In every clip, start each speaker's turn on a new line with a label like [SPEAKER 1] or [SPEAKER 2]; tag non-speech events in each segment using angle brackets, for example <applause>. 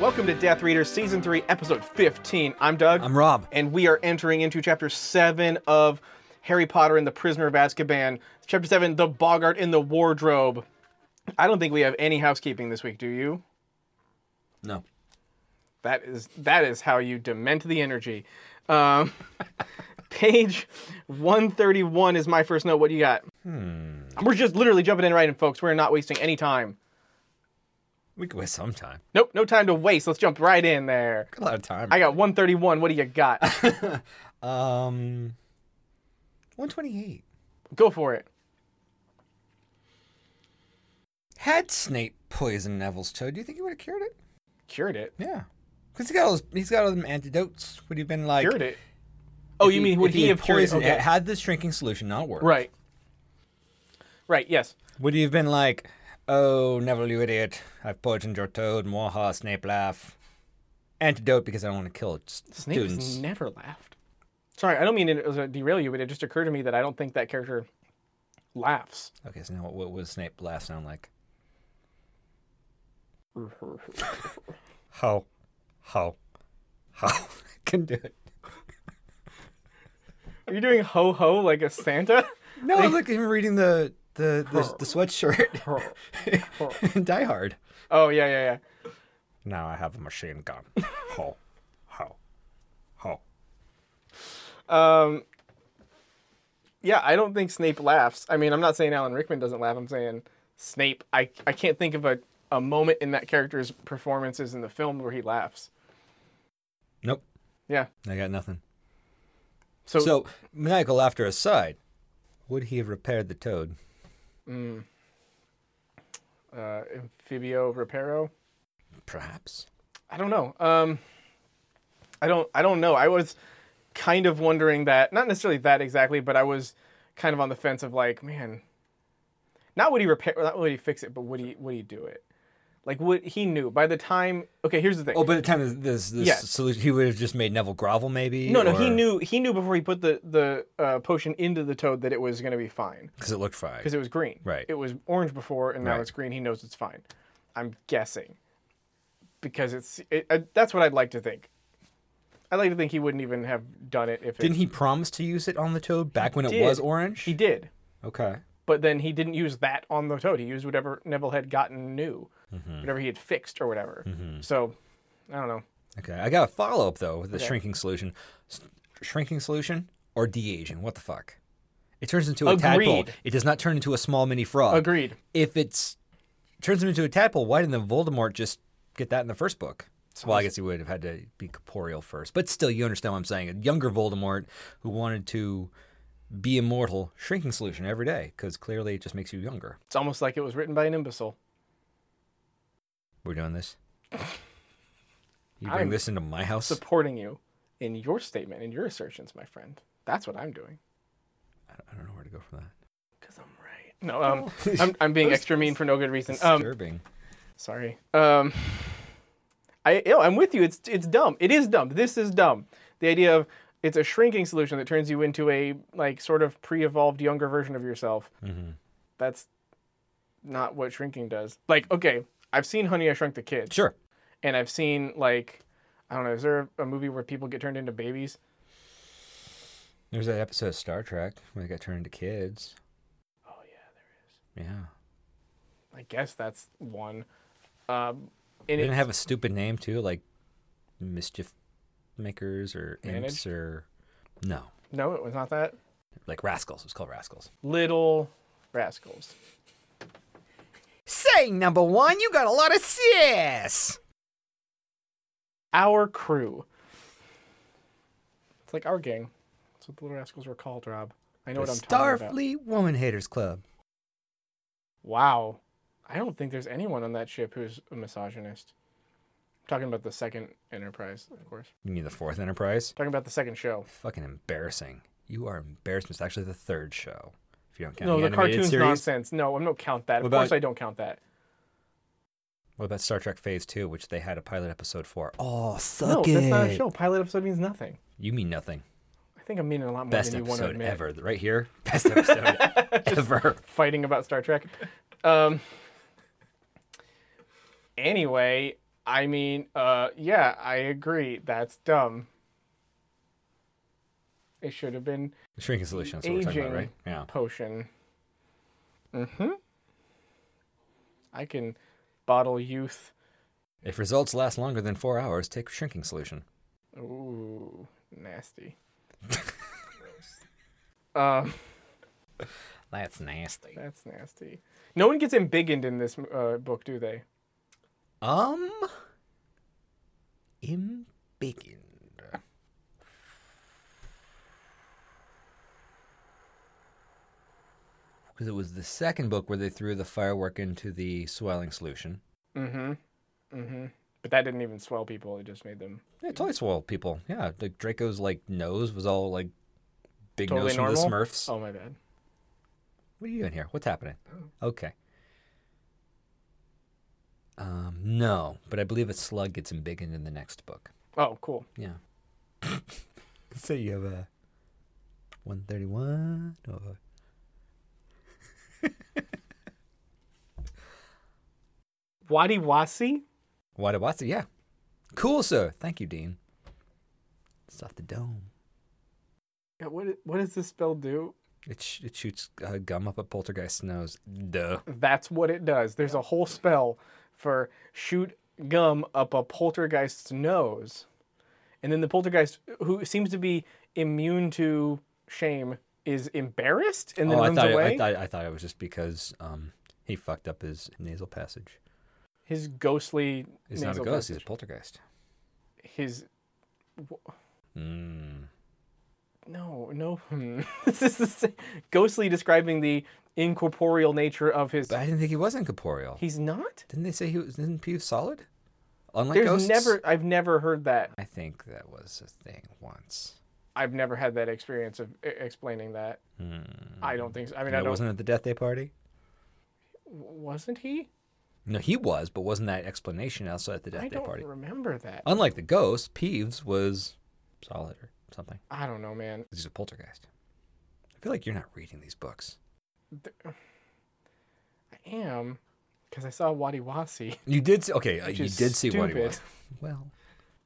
[SPEAKER 1] Welcome to Death Readers Season 3, Episode 15. I'm Doug.
[SPEAKER 2] I'm Rob.
[SPEAKER 1] And we are entering into Chapter 7 of Harry Potter and the Prisoner of Azkaban. Chapter 7, The Boggart in the Wardrobe. I don't think we have any housekeeping this week, do you?
[SPEAKER 2] No.
[SPEAKER 1] That is that is how you dement the energy. Um, <laughs> page 131 is my first note. What do you got? We're just literally jumping in right in, folks. We're not wasting any time.
[SPEAKER 2] We could waste some time.
[SPEAKER 1] Nope, no time to waste. Let's jump right in there.
[SPEAKER 2] Got A lot of time.
[SPEAKER 1] I got 131. What do you got?
[SPEAKER 2] um, 128.
[SPEAKER 1] Go for it.
[SPEAKER 2] Had Snape poisoned Neville's toe, do you think he would have cured it?
[SPEAKER 1] Cured it.
[SPEAKER 2] Yeah. Because he got all his, he's got all them antidotes. Would he have been like?
[SPEAKER 1] Cured it. Oh,
[SPEAKER 2] if
[SPEAKER 1] you mean would
[SPEAKER 2] if
[SPEAKER 1] he, have
[SPEAKER 2] had
[SPEAKER 1] cured it?
[SPEAKER 2] poisoned-
[SPEAKER 1] Okay.
[SPEAKER 2] Had this shrinking solution not worked,
[SPEAKER 1] Right. Right, yes.
[SPEAKER 2] Would he have been like, "Oh, Neville, you idiot! I've poisoned your toad." Mwaha, Snape laugh. Antidote because I don't want to kill
[SPEAKER 1] Snape has
[SPEAKER 2] students.
[SPEAKER 1] never laughed. Sorry, I don't mean it was a derail you, but it just occurred to me that I don't think that character laughs.
[SPEAKER 2] Okay, so now what, what was Snape laugh sound <laughs> like? How, how, how? <laughs> Can do it.
[SPEAKER 1] Are you doing ho ho like a Santa? <laughs>
[SPEAKER 2] No, look, I'm reading the the the, the <laughs> sweatshirt in Die Hard.
[SPEAKER 1] oh yeah, yeah, yeah.
[SPEAKER 2] Now I have a machine <laughs> gun. Ho, ho, ho.
[SPEAKER 1] Um, yeah, I don't think Snape laughs. I mean, I'm not saying Alan Rickman doesn't laugh. I'm saying Snape. I I can't think of a a moment in that character's performances in the film where he laughs.
[SPEAKER 2] Nope,
[SPEAKER 1] Yeah.
[SPEAKER 2] I got nothing.
[SPEAKER 1] So,
[SPEAKER 2] So, maniacal laughter aside, would he have repaired the toad?
[SPEAKER 1] uh, Amphibio Reparo.
[SPEAKER 2] Perhaps.
[SPEAKER 1] I don't know. Um, I don't. I don't know. I was kind of wondering that, not necessarily that exactly, but I was kind of on the fence of like, man, not would he repair, not would he fix it, but would he would he do it? Like, would he knew by the time? Okay, here's the thing.
[SPEAKER 2] Oh, by the time this, this, this
[SPEAKER 1] Yeah.
[SPEAKER 2] solution, he would have just made Neville grovel, maybe.
[SPEAKER 1] no, no, he knew. He knew before he put the the uh, potion into the toad that it was going to be fine
[SPEAKER 2] because it looked fried.
[SPEAKER 1] because it was green.
[SPEAKER 2] Right.
[SPEAKER 1] It was orange before, and now
[SPEAKER 2] Right.
[SPEAKER 1] it's green. He knows it's fine. I'm guessing because it's it, I, that's what I'd like to think. I'd like to think he wouldn't even have done it if it,
[SPEAKER 2] Didn't he promise to use it on the toad back when
[SPEAKER 1] did.
[SPEAKER 2] it was orange?
[SPEAKER 1] He did,
[SPEAKER 2] Okay.
[SPEAKER 1] but then he didn't use that on the toad. He used whatever Neville had gotten new,
[SPEAKER 2] Mm-hmm.
[SPEAKER 1] whatever he had fixed or whatever. So, I don't know.
[SPEAKER 2] Okay. I got a follow up though with the shrinking solution. S- shrinking solution or de aging? What the fuck? It turns into a tadpole.
[SPEAKER 1] Agreed.
[SPEAKER 2] It does not turn into a small mini frog.
[SPEAKER 1] Agreed.
[SPEAKER 2] If it's turns him into a tadpole, why didn't the Voldemort just get that in the first book? Well, I guess he would have had to be corporeal first, but still, you understand what I'm saying. A younger Voldemort who wanted to be immortal, shrinking solution every day because clearly it just makes you younger.
[SPEAKER 1] It's almost like it was written by an imbecile.
[SPEAKER 2] We're doing this. You bring
[SPEAKER 1] I'm
[SPEAKER 2] this into my house.
[SPEAKER 1] Supporting you in your statement and your assertions, my friend. That's what I'm doing.
[SPEAKER 2] I don't- I don't know where to go from that.
[SPEAKER 1] Cause I'm right. No,
[SPEAKER 2] <laughs>
[SPEAKER 1] um, I'm, I'm being extra mean for no good reason. Um,
[SPEAKER 2] Disturbing.
[SPEAKER 1] Sorry. Um, I no, I'm with you. It's it's dumb. It is dumb. This is dumb. The idea of it's a shrinking solution that turns you into a like sort of pre-evolved younger version of yourself.
[SPEAKER 2] Mm-hmm.
[SPEAKER 1] That's not what shrinking does. Like, okay, I've seen Honey I Shrunk the Kids,
[SPEAKER 2] Sure.
[SPEAKER 1] and I've seen like I don't know. Is there a movie where people get turned into babies?
[SPEAKER 2] There's that episode of Star Trek where they got turned into kids.
[SPEAKER 1] Oh yeah,
[SPEAKER 2] Yeah.
[SPEAKER 1] I guess that's one. Um, and
[SPEAKER 2] They
[SPEAKER 1] it,
[SPEAKER 2] didn't have a stupid name too, like mischief makers or imps or no,
[SPEAKER 1] no, it was not that.
[SPEAKER 2] like rascals. It was called rascals.
[SPEAKER 1] Little Rascals.
[SPEAKER 2] Say number one, you got a lot of sis.
[SPEAKER 1] our crew. It's like our gang. That's what the Little Rascals were called, Rob. I know what
[SPEAKER 2] The
[SPEAKER 1] I'm talking about.
[SPEAKER 2] Starfleet Woman Haters Club.
[SPEAKER 1] Wow. I don't think there's anyone on that ship who's a misogynist. I'm talking about the second Enterprise, of course.
[SPEAKER 2] You mean the fourth Enterprise?
[SPEAKER 1] I'm talking about the second show.
[SPEAKER 2] Fucking embarrassing. You are embarrassing. It's actually the third show. If you don't count
[SPEAKER 1] no,
[SPEAKER 2] the,
[SPEAKER 1] the
[SPEAKER 2] animated
[SPEAKER 1] cartoon's
[SPEAKER 2] series.
[SPEAKER 1] nonsense. No, I don't count that.
[SPEAKER 2] What
[SPEAKER 1] of course
[SPEAKER 2] about-
[SPEAKER 1] I don't count that.
[SPEAKER 2] What about Star Trek Phase Two, which they had a pilot episode for? Oh,
[SPEAKER 1] No,
[SPEAKER 2] suck
[SPEAKER 1] that's not a
[SPEAKER 2] it.
[SPEAKER 1] show. Pilot episode means nothing.
[SPEAKER 2] You mean nothing.
[SPEAKER 1] I think I'm meaning a lot more
[SPEAKER 2] Best
[SPEAKER 1] than you want to
[SPEAKER 2] episode
[SPEAKER 1] admit.
[SPEAKER 2] ever. Right here. <laughs>
[SPEAKER 1] <laughs>
[SPEAKER 2] Best episode ever.
[SPEAKER 1] Fighting about Star Trek. Um, anyway, I mean, uh, yeah, I agree. That's dumb. It should have been
[SPEAKER 2] The shrinking solution. That's what we're talking about,
[SPEAKER 1] Aging.
[SPEAKER 2] right? Yeah.
[SPEAKER 1] potion. Mm-hmm. I can bottle youth.
[SPEAKER 2] If results last longer than four hours, take shrinking solution.
[SPEAKER 1] Ooh, nasty. Gross. Um,
[SPEAKER 2] That's nasty.
[SPEAKER 1] that's nasty. No one gets embiggened in this uh, book, do they?
[SPEAKER 2] Um, embiggened. Because it was the second book where they threw the firework into the swelling solution.
[SPEAKER 1] Mm-hmm. Mm-hmm. But that didn't even swell people. It just made them.
[SPEAKER 2] Yeah, it totally swelled people. Yeah, like Draco's like nose was all like big
[SPEAKER 1] Totally
[SPEAKER 2] nose from the
[SPEAKER 1] normal?
[SPEAKER 2] Smurfs.
[SPEAKER 1] Oh my bad.
[SPEAKER 2] What are you doing here? What's happening?
[SPEAKER 1] Oh.
[SPEAKER 2] Okay. Um, no, but I believe a slug gets embiggened in the next book.
[SPEAKER 1] Oh, cool.
[SPEAKER 2] Yeah. <laughs> so you have a 131 or.
[SPEAKER 1] Wadi Wasi?
[SPEAKER 2] Wadawatsu, yeah. Cool, sir. Thank you, Dean. It's off the dome.
[SPEAKER 1] Yeah, What what does this spell do?
[SPEAKER 2] It, sh- it shoots uh, gum up a poltergeist's nose. Duh.
[SPEAKER 1] That's what it does. There's a whole spell for shoot gum up a poltergeist's nose. And then the poltergeist, who seems to be immune to shame, is embarrassed and then
[SPEAKER 2] oh, I
[SPEAKER 1] runs
[SPEAKER 2] thought, it,
[SPEAKER 1] away.
[SPEAKER 2] I, thought, I thought it was just because um, he fucked up his nasal passage.
[SPEAKER 1] His ghostly.
[SPEAKER 2] He's
[SPEAKER 1] nasal
[SPEAKER 2] not a ghost, he's
[SPEAKER 1] passage.
[SPEAKER 2] a poltergeist.
[SPEAKER 1] His.
[SPEAKER 2] Mm.
[SPEAKER 1] No, no. hmm. <laughs> this is the same. Ghostly describing the incorporeal nature of his.
[SPEAKER 2] But I didn't think he was incorporeal.
[SPEAKER 1] He's not?
[SPEAKER 2] Didn't they say he was? Isn't Pew solid? Unlike
[SPEAKER 1] There's
[SPEAKER 2] ghosts.
[SPEAKER 1] never. I've never heard that.
[SPEAKER 2] I think that was a thing once.
[SPEAKER 1] I've never had that experience of e- explaining that. I don't think so. I mean, I
[SPEAKER 2] That
[SPEAKER 1] don't.
[SPEAKER 2] Hmm. wasn't at the death day party.
[SPEAKER 1] Wasn't he?
[SPEAKER 2] No, he was, but wasn't that explanation also at the death
[SPEAKER 1] I
[SPEAKER 2] day
[SPEAKER 1] don't
[SPEAKER 2] party?
[SPEAKER 1] remember that.
[SPEAKER 2] Unlike the ghost, Peeves was solid or something.
[SPEAKER 1] I don't know, man.
[SPEAKER 2] He's a poltergeist. I feel like you're not reading these books.
[SPEAKER 1] I am because I saw Wadi Wasi, <laughs>
[SPEAKER 2] You did see, okay. uh,
[SPEAKER 1] Which
[SPEAKER 2] you
[SPEAKER 1] is
[SPEAKER 2] did see what he
[SPEAKER 1] stupid.
[SPEAKER 2] was. Well,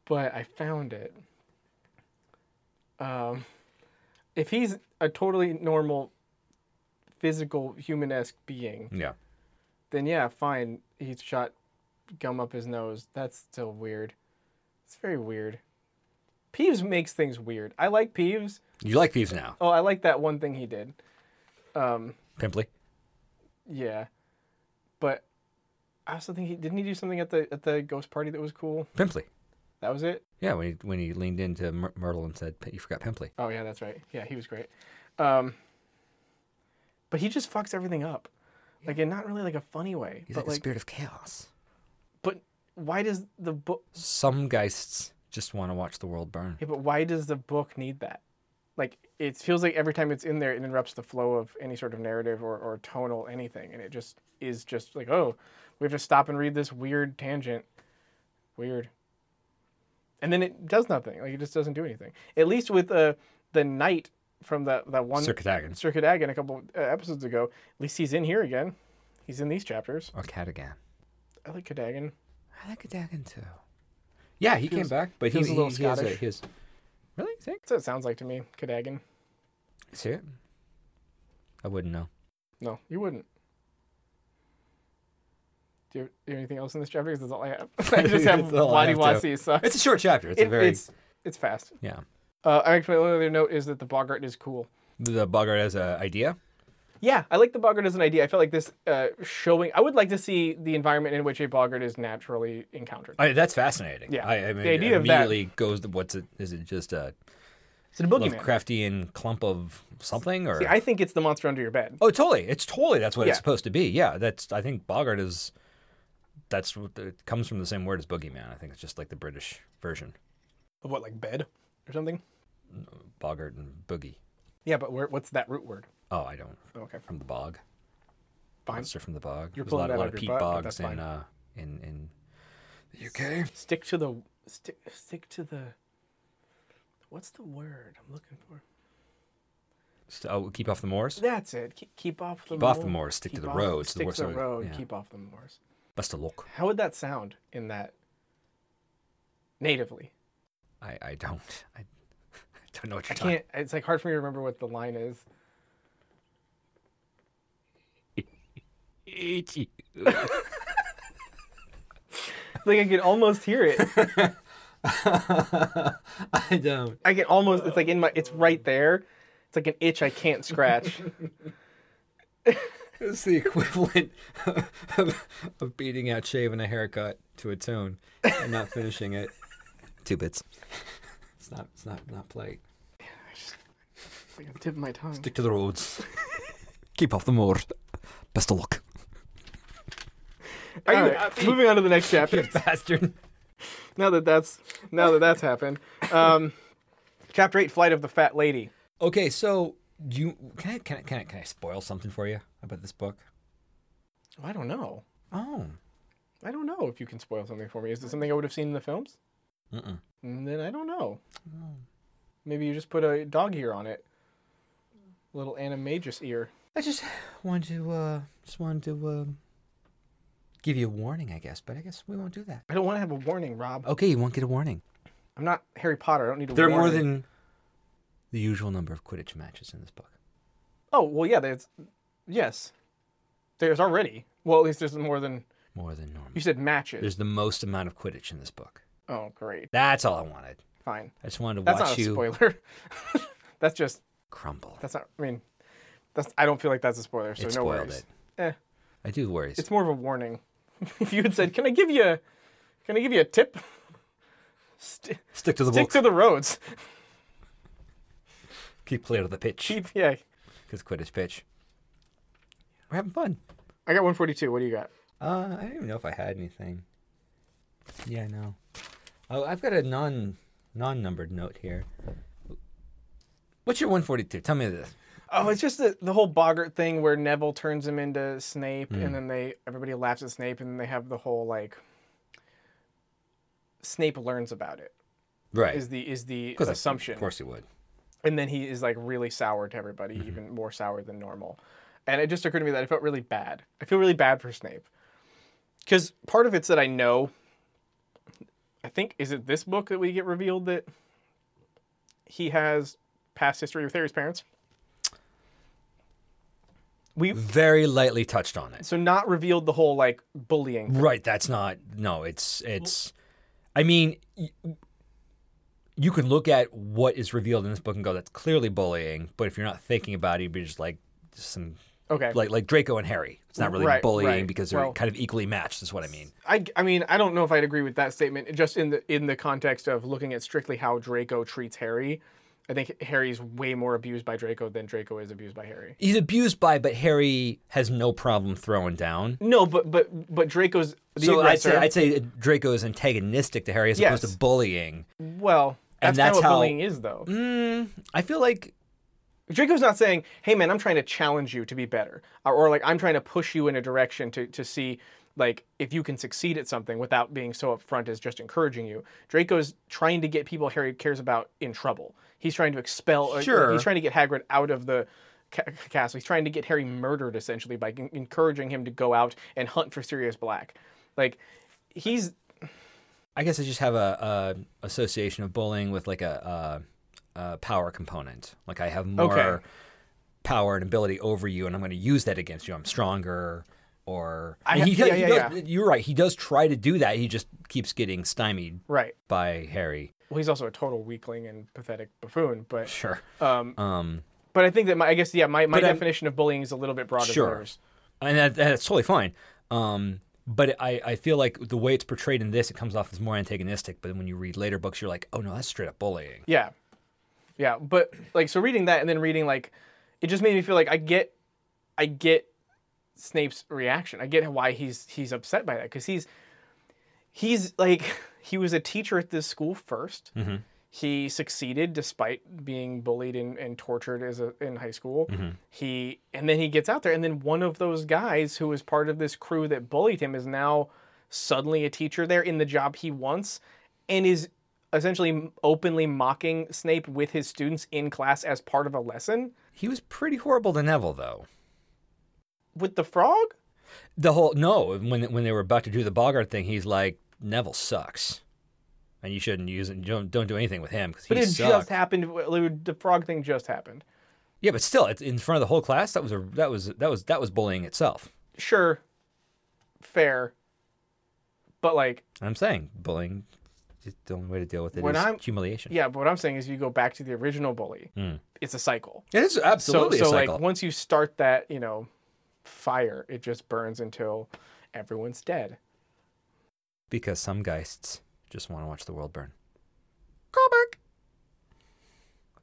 [SPEAKER 1] but I found it. Um, if he's a totally normal, physical, humanesque being,
[SPEAKER 2] yeah.
[SPEAKER 1] then yeah, fine. He shot gum up his nose. That's still weird. It's very weird. Peeves makes things weird. I like Peeves.
[SPEAKER 2] You like Peeves now,
[SPEAKER 1] Oh, I like that one thing he did. Um,
[SPEAKER 2] Pimply?
[SPEAKER 1] Yeah, but I also think he didn't he do something at the at the ghost party that was cool.
[SPEAKER 2] Pimply.
[SPEAKER 1] That was it.
[SPEAKER 2] Yeah, when he when he leaned into Myr- Myrtle and said, "P- "You forgot Pimply."
[SPEAKER 1] Oh yeah, that's right. Yeah, he was great. Um, but he just fucks everything up, like in not really like a funny way.
[SPEAKER 2] He's
[SPEAKER 1] but
[SPEAKER 2] like,
[SPEAKER 1] like,
[SPEAKER 2] the spirit of chaos.
[SPEAKER 1] but why does the book?
[SPEAKER 2] Some geists just want to watch the world burn.
[SPEAKER 1] Yeah, but why does the book need that? Like it feels like every time it's in there, it interrupts the flow of any sort of narrative or, or tonal anything, and it just is just like, oh, we have to stop and read this weird tangent. Weird. And then it does nothing. Like it just doesn't do anything. At least with uh, the knight from that that one
[SPEAKER 2] Circadagon
[SPEAKER 1] Circadagon a couple uh, episodes ago. At least he's in here again. He's in these chapters.
[SPEAKER 2] or Cadagan.
[SPEAKER 1] I like Cadagon.
[SPEAKER 2] I like Cadagan too. Yeah, he came
[SPEAKER 1] Feels-
[SPEAKER 2] back, but he,
[SPEAKER 1] feels a
[SPEAKER 2] he,
[SPEAKER 1] little
[SPEAKER 2] he has
[SPEAKER 1] Scottish.
[SPEAKER 2] he has- really? You think?
[SPEAKER 1] That's what it sounds like to me. Cadagon.
[SPEAKER 2] See it? I wouldn't know.
[SPEAKER 1] No, you wouldn't. Do you, do you have anything else in this chapter? Because that's all I have. <laughs> I just have
[SPEAKER 2] That's all I
[SPEAKER 1] Wadi
[SPEAKER 2] have, too.
[SPEAKER 1] Wasi sucks.
[SPEAKER 2] It's a short chapter.
[SPEAKER 1] <laughs>
[SPEAKER 2] It's
[SPEAKER 1] It-
[SPEAKER 2] a very
[SPEAKER 1] it's, it's fast.
[SPEAKER 2] yeah.
[SPEAKER 1] Uh, actually, my only other note is that the Bogart is cool.
[SPEAKER 2] The Bogart has an idea.
[SPEAKER 1] Yeah, I like the Bogart as an idea. I felt like this uh, showing. I would like to see the environment in which a Bogart is naturally encountered.
[SPEAKER 2] I, that's fascinating.
[SPEAKER 1] Yeah.
[SPEAKER 2] I, I
[SPEAKER 1] The
[SPEAKER 2] mean,
[SPEAKER 1] idea of that-
[SPEAKER 2] immediately goes to what's it? Is it just a
[SPEAKER 1] So the boogeyman.
[SPEAKER 2] Lovecraftian clump of something or?
[SPEAKER 1] See, I think it's the monster under your bed.
[SPEAKER 2] Oh, totally. It's totally that's what
[SPEAKER 1] Yeah.
[SPEAKER 2] it's supposed to be. Yeah, that's. I think Bogart is. That's what the- it comes from the same word as boogeyman. I think it's just like the British version.
[SPEAKER 1] Of what, like bed or something?
[SPEAKER 2] Bogart and boogie.
[SPEAKER 1] Yeah, but where, what's that root word?
[SPEAKER 2] Oh, I don't.
[SPEAKER 1] Oh, okay,
[SPEAKER 2] From the bog.
[SPEAKER 1] fine.
[SPEAKER 2] Monster from the bog.
[SPEAKER 1] You're
[SPEAKER 2] There's a
[SPEAKER 1] pulling
[SPEAKER 2] lot,
[SPEAKER 1] that
[SPEAKER 2] a lot
[SPEAKER 1] out
[SPEAKER 2] of
[SPEAKER 1] of
[SPEAKER 2] peat
[SPEAKER 1] your butt, but that's
[SPEAKER 2] bogs
[SPEAKER 1] fine.
[SPEAKER 2] in, uh, in in the UK.
[SPEAKER 1] Stick to the stick. Stick to the. What's the word I'm looking for?
[SPEAKER 2] So, oh, keep off the moors.
[SPEAKER 1] That's it. Keep, keep off the
[SPEAKER 2] Keep off the moors. Stick to
[SPEAKER 1] Keep
[SPEAKER 2] the
[SPEAKER 1] off-
[SPEAKER 2] roads.
[SPEAKER 1] Stick to the
[SPEAKER 2] sorry,
[SPEAKER 1] road.
[SPEAKER 2] yeah.
[SPEAKER 1] Keep off the moors.
[SPEAKER 2] Best of luck.
[SPEAKER 1] How would that sound in that natively.
[SPEAKER 2] I, I don't. I, <laughs> I don't know what
[SPEAKER 1] I
[SPEAKER 2] you're talking
[SPEAKER 1] can't. It's like hard for me to remember what the line is. <laughs>
[SPEAKER 2] about.
[SPEAKER 1] Like I can almost hear it.
[SPEAKER 2] <laughs> I don't.
[SPEAKER 1] I can almost. It's like in my. It's right there. It's like an itch I can't scratch.
[SPEAKER 2] It's the equivalent of, of beating out shaving a haircut to a tune and not finishing it. Two bits. It's not. It's not. Not play.
[SPEAKER 1] <laughs> It's like the tip of my tongue.
[SPEAKER 2] Stick to the roads. <laughs> Keep off the moor. Best of luck.
[SPEAKER 1] All
[SPEAKER 2] you
[SPEAKER 1] right, moving on to the next chapter.
[SPEAKER 2] bastard.
[SPEAKER 1] <laughs> now that that's now that that's happened. Um, chapter eight: Flight of the Fat Lady.
[SPEAKER 2] Okay, so do you can I can I, can I can I spoil something for you about this book?
[SPEAKER 1] I don't know.
[SPEAKER 2] Oh,
[SPEAKER 1] I don't know if you can spoil something for me. Is it something I would have seen in the films?
[SPEAKER 2] Mm-mm.
[SPEAKER 1] Mm, Then I don't know. Maybe you just put a dog ear on it. Little animagus ear.
[SPEAKER 2] I just wanted to uh, just wanted to uh, give you a warning, I guess. But I guess we won't do that.
[SPEAKER 1] I don't want to have a warning, Rob.
[SPEAKER 2] Okay, you won't get a warning.
[SPEAKER 1] I'm not Harry Potter. I don't need a
[SPEAKER 2] There are
[SPEAKER 1] warning.
[SPEAKER 2] more than the usual number of Quidditch matches in this book.
[SPEAKER 1] Oh well, yeah. There's yes. There's already. Well, at least there's more than
[SPEAKER 2] More than normal.
[SPEAKER 1] you said matches.
[SPEAKER 2] There's the most amount of Quidditch in this book.
[SPEAKER 1] Oh great,
[SPEAKER 2] That's all I wanted.
[SPEAKER 1] fine.
[SPEAKER 2] I just wanted to
[SPEAKER 1] That's
[SPEAKER 2] watch
[SPEAKER 1] not a
[SPEAKER 2] you
[SPEAKER 1] spoiler. <laughs> that's just
[SPEAKER 2] crumble.
[SPEAKER 1] that's not. I mean, that's. I don't feel like that's a spoiler. So
[SPEAKER 2] it
[SPEAKER 1] no
[SPEAKER 2] spoiled
[SPEAKER 1] worries.
[SPEAKER 2] it.
[SPEAKER 1] Eh.
[SPEAKER 2] I do worries.
[SPEAKER 1] It's more of a warning. <laughs> if you had said, "Can I give you? A, can I give you a tip? <laughs> St-
[SPEAKER 2] Stick to the
[SPEAKER 1] stick
[SPEAKER 2] book.
[SPEAKER 1] to the roads. <laughs>
[SPEAKER 2] Keep clear of the pitch.
[SPEAKER 1] Keep yeah."
[SPEAKER 2] Because Quidditch pitch. We're having fun.
[SPEAKER 1] I got 142. What do you got?
[SPEAKER 2] Uh, I don't even know if I had anything. Yeah, no. Oh, I've got a non non numbered note here. What's your 142? Tell me this.
[SPEAKER 1] Oh, it's just the, the whole Boggart thing where Neville turns him into Snape,
[SPEAKER 2] Mm.
[SPEAKER 1] and then they everybody laughs at Snape, and then they have the whole like Snape learns about it
[SPEAKER 2] Right.
[SPEAKER 1] is the is the
[SPEAKER 2] 'Cause
[SPEAKER 1] assumption,
[SPEAKER 2] Of course you would.
[SPEAKER 1] and then he is like really sour to everybody, even more sour than normal. And it just occurred to me that I felt really bad. I feel really bad for Snape because part of it's that I know. I think is it this book that we get revealed that he has past history with Harry's parents. We
[SPEAKER 2] Very lightly touched on it.
[SPEAKER 1] so not revealed the whole like bullying.
[SPEAKER 2] Right. That's not. No. It's it's. I mean, y- you can look at what is revealed in this book and go, "That's clearly bullying." But if you're not thinking about it, you'd be just like just some
[SPEAKER 1] Okay,
[SPEAKER 2] like like Draco and Harry. It's not really
[SPEAKER 1] Right,
[SPEAKER 2] bullying
[SPEAKER 1] right.
[SPEAKER 2] because they're
[SPEAKER 1] Well-
[SPEAKER 2] kind of equally matched. Is what I mean.
[SPEAKER 1] I, I mean I don't know if I'd agree with that statement just in the in the context of looking at strictly how Draco treats Harry. I think Harry's way more abused by Draco than Draco is abused by Harry.
[SPEAKER 2] He's abused by, but Harry has no problem throwing down.
[SPEAKER 1] No, but but but Draco's the
[SPEAKER 2] So I'd
[SPEAKER 1] aggressor.
[SPEAKER 2] say, I'd say Draco is antagonistic to Harry as opposed
[SPEAKER 1] Yes.
[SPEAKER 2] to bullying.
[SPEAKER 1] well, that's,
[SPEAKER 2] And that's
[SPEAKER 1] kind of what
[SPEAKER 2] how-
[SPEAKER 1] bullying is, though.
[SPEAKER 2] Mm, I feel like
[SPEAKER 1] Draco's not saying, "Hey, man, I'm trying to challenge you to be better," or, or like I'm trying to push you in a direction to to see like if you can succeed at something without being so upfront as just encouraging you. Draco's trying to get people Harry cares about in trouble. He's trying to expel. or-
[SPEAKER 2] Sure.
[SPEAKER 1] he's trying to get Hagrid out of the ca- castle. He's trying to get Harry murdered essentially by en- encouraging him to go out and hunt for Sirius Black. Like he's
[SPEAKER 2] I guess I just have a, a association of bullying with like a, a, a power component. Like I have more
[SPEAKER 1] Okay.
[SPEAKER 2] power and ability over you, and I'm going to use that against you. I'm stronger. Or
[SPEAKER 1] I
[SPEAKER 2] and
[SPEAKER 1] ha-
[SPEAKER 2] he does-
[SPEAKER 1] yeah,
[SPEAKER 2] he
[SPEAKER 1] yeah,
[SPEAKER 2] does- you're right. He does try to do that. He just keeps getting stymied
[SPEAKER 1] right.
[SPEAKER 2] by Harry.
[SPEAKER 1] Well, he's also a total weakling and pathetic buffoon, but
[SPEAKER 2] Sure.
[SPEAKER 1] Um,
[SPEAKER 2] um
[SPEAKER 1] But I think that my, I guess yeah, my, my
[SPEAKER 2] But I'm-
[SPEAKER 1] definition of bullying is a little bit broader
[SPEAKER 2] Sure.
[SPEAKER 1] than yours.
[SPEAKER 2] and that, that's totally fine. Um, but I, I feel like the way it's portrayed in this, it comes off as more antagonistic. But when you read later books, you're like, oh no, that's straight up bullying.
[SPEAKER 1] Yeah, yeah. But like, so reading that and then reading like, it just made me feel like I get, I get Snape's reaction. I get why he's he's upset by that because he's he's like <laughs> he was a teacher at this school 1st He succeeded despite being bullied and, and tortured as a, in high school. He and then he gets out there, and then one of those guys who was part of this crew that bullied him is now suddenly a teacher there in the job he wants, and is essentially openly mocking Snape with his students in class as part of a lesson
[SPEAKER 2] He was pretty horrible to Neville, though.
[SPEAKER 1] with the frog.
[SPEAKER 2] The whole no, when when they were about to do the Bogart thing, he's like, Neville sucks. and you shouldn't use it. You don't don't do anything with him because he
[SPEAKER 1] But it
[SPEAKER 2] sucks.
[SPEAKER 1] just happened. The frog thing just happened.
[SPEAKER 2] yeah, but still, it's in front of the whole class. That was a that was that was that was bullying itself.
[SPEAKER 1] Sure, fair, but like,
[SPEAKER 2] I'm saying bullying. is The only way to deal with it is
[SPEAKER 1] When I'm-
[SPEAKER 2] humiliation.
[SPEAKER 1] yeah. But what I'm saying is, you go back to the original bully. It's a cycle.
[SPEAKER 2] It is
[SPEAKER 1] So,
[SPEAKER 2] absolutely
[SPEAKER 1] so
[SPEAKER 2] Hmm. a cycle.
[SPEAKER 1] like, once you start that, you know, fire, it just burns until everyone's dead.
[SPEAKER 2] because some geists just want to watch the world burn. Call back.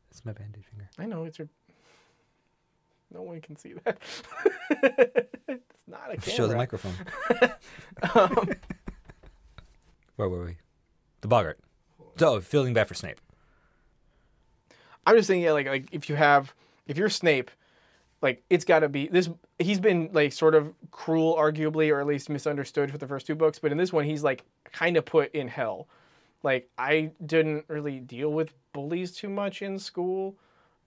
[SPEAKER 2] It's my bandage finger.
[SPEAKER 1] I know it's your. No one can see that. <laughs> it's not a camera.
[SPEAKER 2] Show the <laughs> microphone. Um, Where were we? The Boggart. So feeling bad for Snape.
[SPEAKER 1] I'm just saying, yeah, like like if you have if you're Snape, like it's got to be this. He's been like sort of cruel, arguably, or at least misunderstood for the first two books, but in this one, he's like kind of put in hell. Like I didn't really deal with bullies too much in school.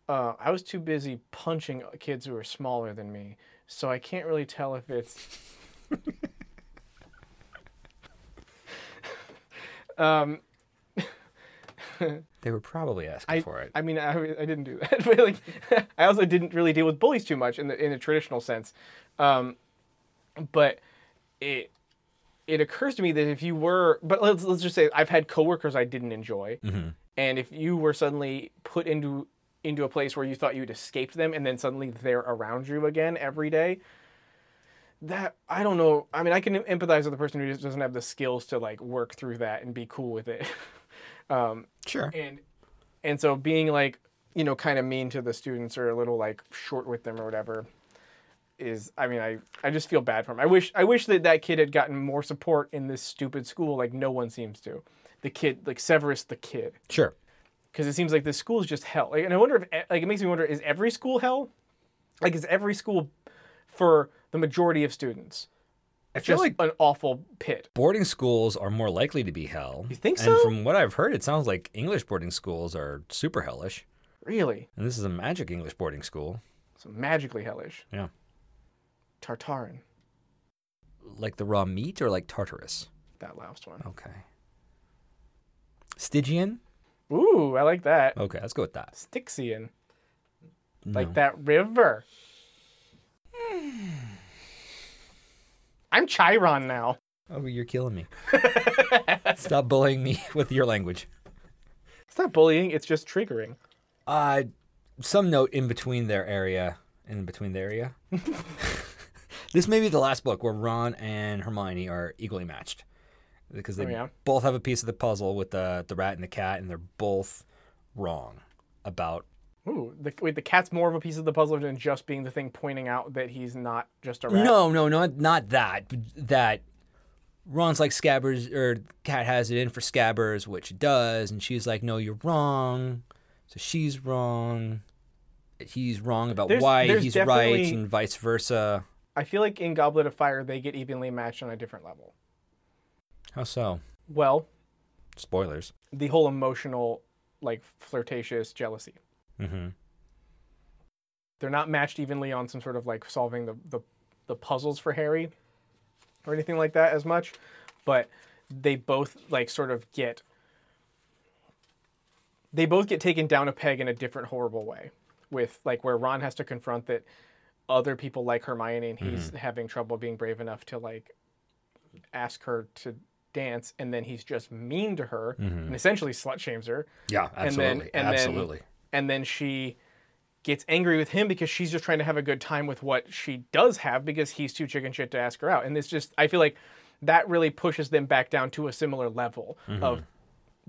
[SPEAKER 1] Uh, I was too busy punching kids who were smaller than me, so I can't really tell if it's. um,
[SPEAKER 2] They were probably asking
[SPEAKER 1] I,
[SPEAKER 2] for it.
[SPEAKER 1] I mean, I, I didn't do <laughs> that, but like, <laughs> I also didn't really deal with bullies too much in the in a traditional sense. Um, but it it occurs to me that if you were, but let's let's just say I've had coworkers I didn't enjoy,
[SPEAKER 2] Mm-hmm.
[SPEAKER 1] and if you were suddenly put into into a place where you thought you'd escaped them, and then suddenly they're around you again every day. That I don't know. I mean, I can empathize with the person who just doesn't have the skills to like work through that and be cool with it. <laughs>
[SPEAKER 2] sure.
[SPEAKER 1] and and so being like you know kind of mean to the students or a little like short with them or whatever is i mean i i just feel bad for him i wish i wish that that kid had gotten more support in this stupid school like no one seems to the kid like severus the kid
[SPEAKER 2] Sure.
[SPEAKER 1] because it seems like this school is just hell like, and i wonder if e- like it makes me wonder is every school hell like is every school for the majority of students
[SPEAKER 2] I feel
[SPEAKER 1] just
[SPEAKER 2] like
[SPEAKER 1] an awful pit
[SPEAKER 2] boarding schools are more likely to be hell. You
[SPEAKER 1] think
[SPEAKER 2] And
[SPEAKER 1] so?
[SPEAKER 2] from what I've heard, it sounds like English boarding schools are super hellish.
[SPEAKER 1] really
[SPEAKER 2] And this is a magic English boarding school.
[SPEAKER 1] so magically hellish
[SPEAKER 2] Yeah.
[SPEAKER 1] tartarin
[SPEAKER 2] Like the raw meat or like Tartarus?
[SPEAKER 1] that last one
[SPEAKER 2] Okay. Stygian?
[SPEAKER 1] ooh i like that
[SPEAKER 2] Okay, let's go with that.
[SPEAKER 1] Styxian.
[SPEAKER 2] No.
[SPEAKER 1] Like that river. I'm Chiron now.
[SPEAKER 2] Oh, you're killing <laughs> me. Stop bullying me <laughs> with your language.
[SPEAKER 1] It's not bullying, it's just triggering.
[SPEAKER 2] Uh, some note in between their area, in between the <laughs> area. this may be the last book where Ron and Hermione are equally matched because they
[SPEAKER 1] Oh, yeah?
[SPEAKER 2] both have a piece of the puzzle with the the rat and the cat, and they're both wrong about.
[SPEAKER 1] Ooh, the, wait, the cat's more of a piece of the puzzle than just being the thing pointing out that he's not just a rat.
[SPEAKER 2] No, no, not not that. but That Ron's like Scabbers or Cat has it in for Scabbers, which it does, and she's like, "No, you're wrong." So she's wrong. He's wrong about
[SPEAKER 1] There's-
[SPEAKER 2] why
[SPEAKER 1] there's
[SPEAKER 2] he's right,
[SPEAKER 1] definitely-
[SPEAKER 2] and vice versa.
[SPEAKER 1] I feel like in Goblet of Fire, they get evenly matched on a different level.
[SPEAKER 2] How so?
[SPEAKER 1] Well,
[SPEAKER 2] Spoilers.
[SPEAKER 1] the whole emotional, like flirtatious jealousy.
[SPEAKER 2] Mm-hmm.
[SPEAKER 1] They're not matched evenly on some sort of like solving the, the, the puzzles for Harry or anything like that as much, but they both like sort of get they both get taken down a peg in a different horrible way with like where Ron has to confront that other people like Hermione and he's having trouble being brave enough to like ask her to dance and then he's just mean to her and essentially slut shames her
[SPEAKER 2] Yeah,
[SPEAKER 1] absolutely, and then- absolutely. and then she gets angry with him because she's just trying to have a good time with what she does have because he's too chicken shit to ask her out. And it's just I feel like that really pushes them back down to a similar level of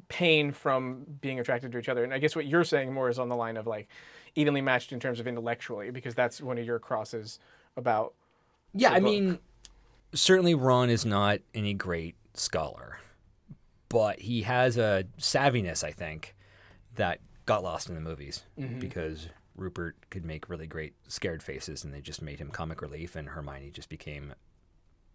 [SPEAKER 1] pain from being attracted to each other. And I guess what you're saying more is on the line of like evenly matched in terms of intellectually because that's one of your crosses about
[SPEAKER 2] yeah, I mean, certainly Ron is not any great scholar, but he has a savviness, I think, that got lost in the movies because Rupert could make really great scared faces, and they just made him comic relief, and Hermione just became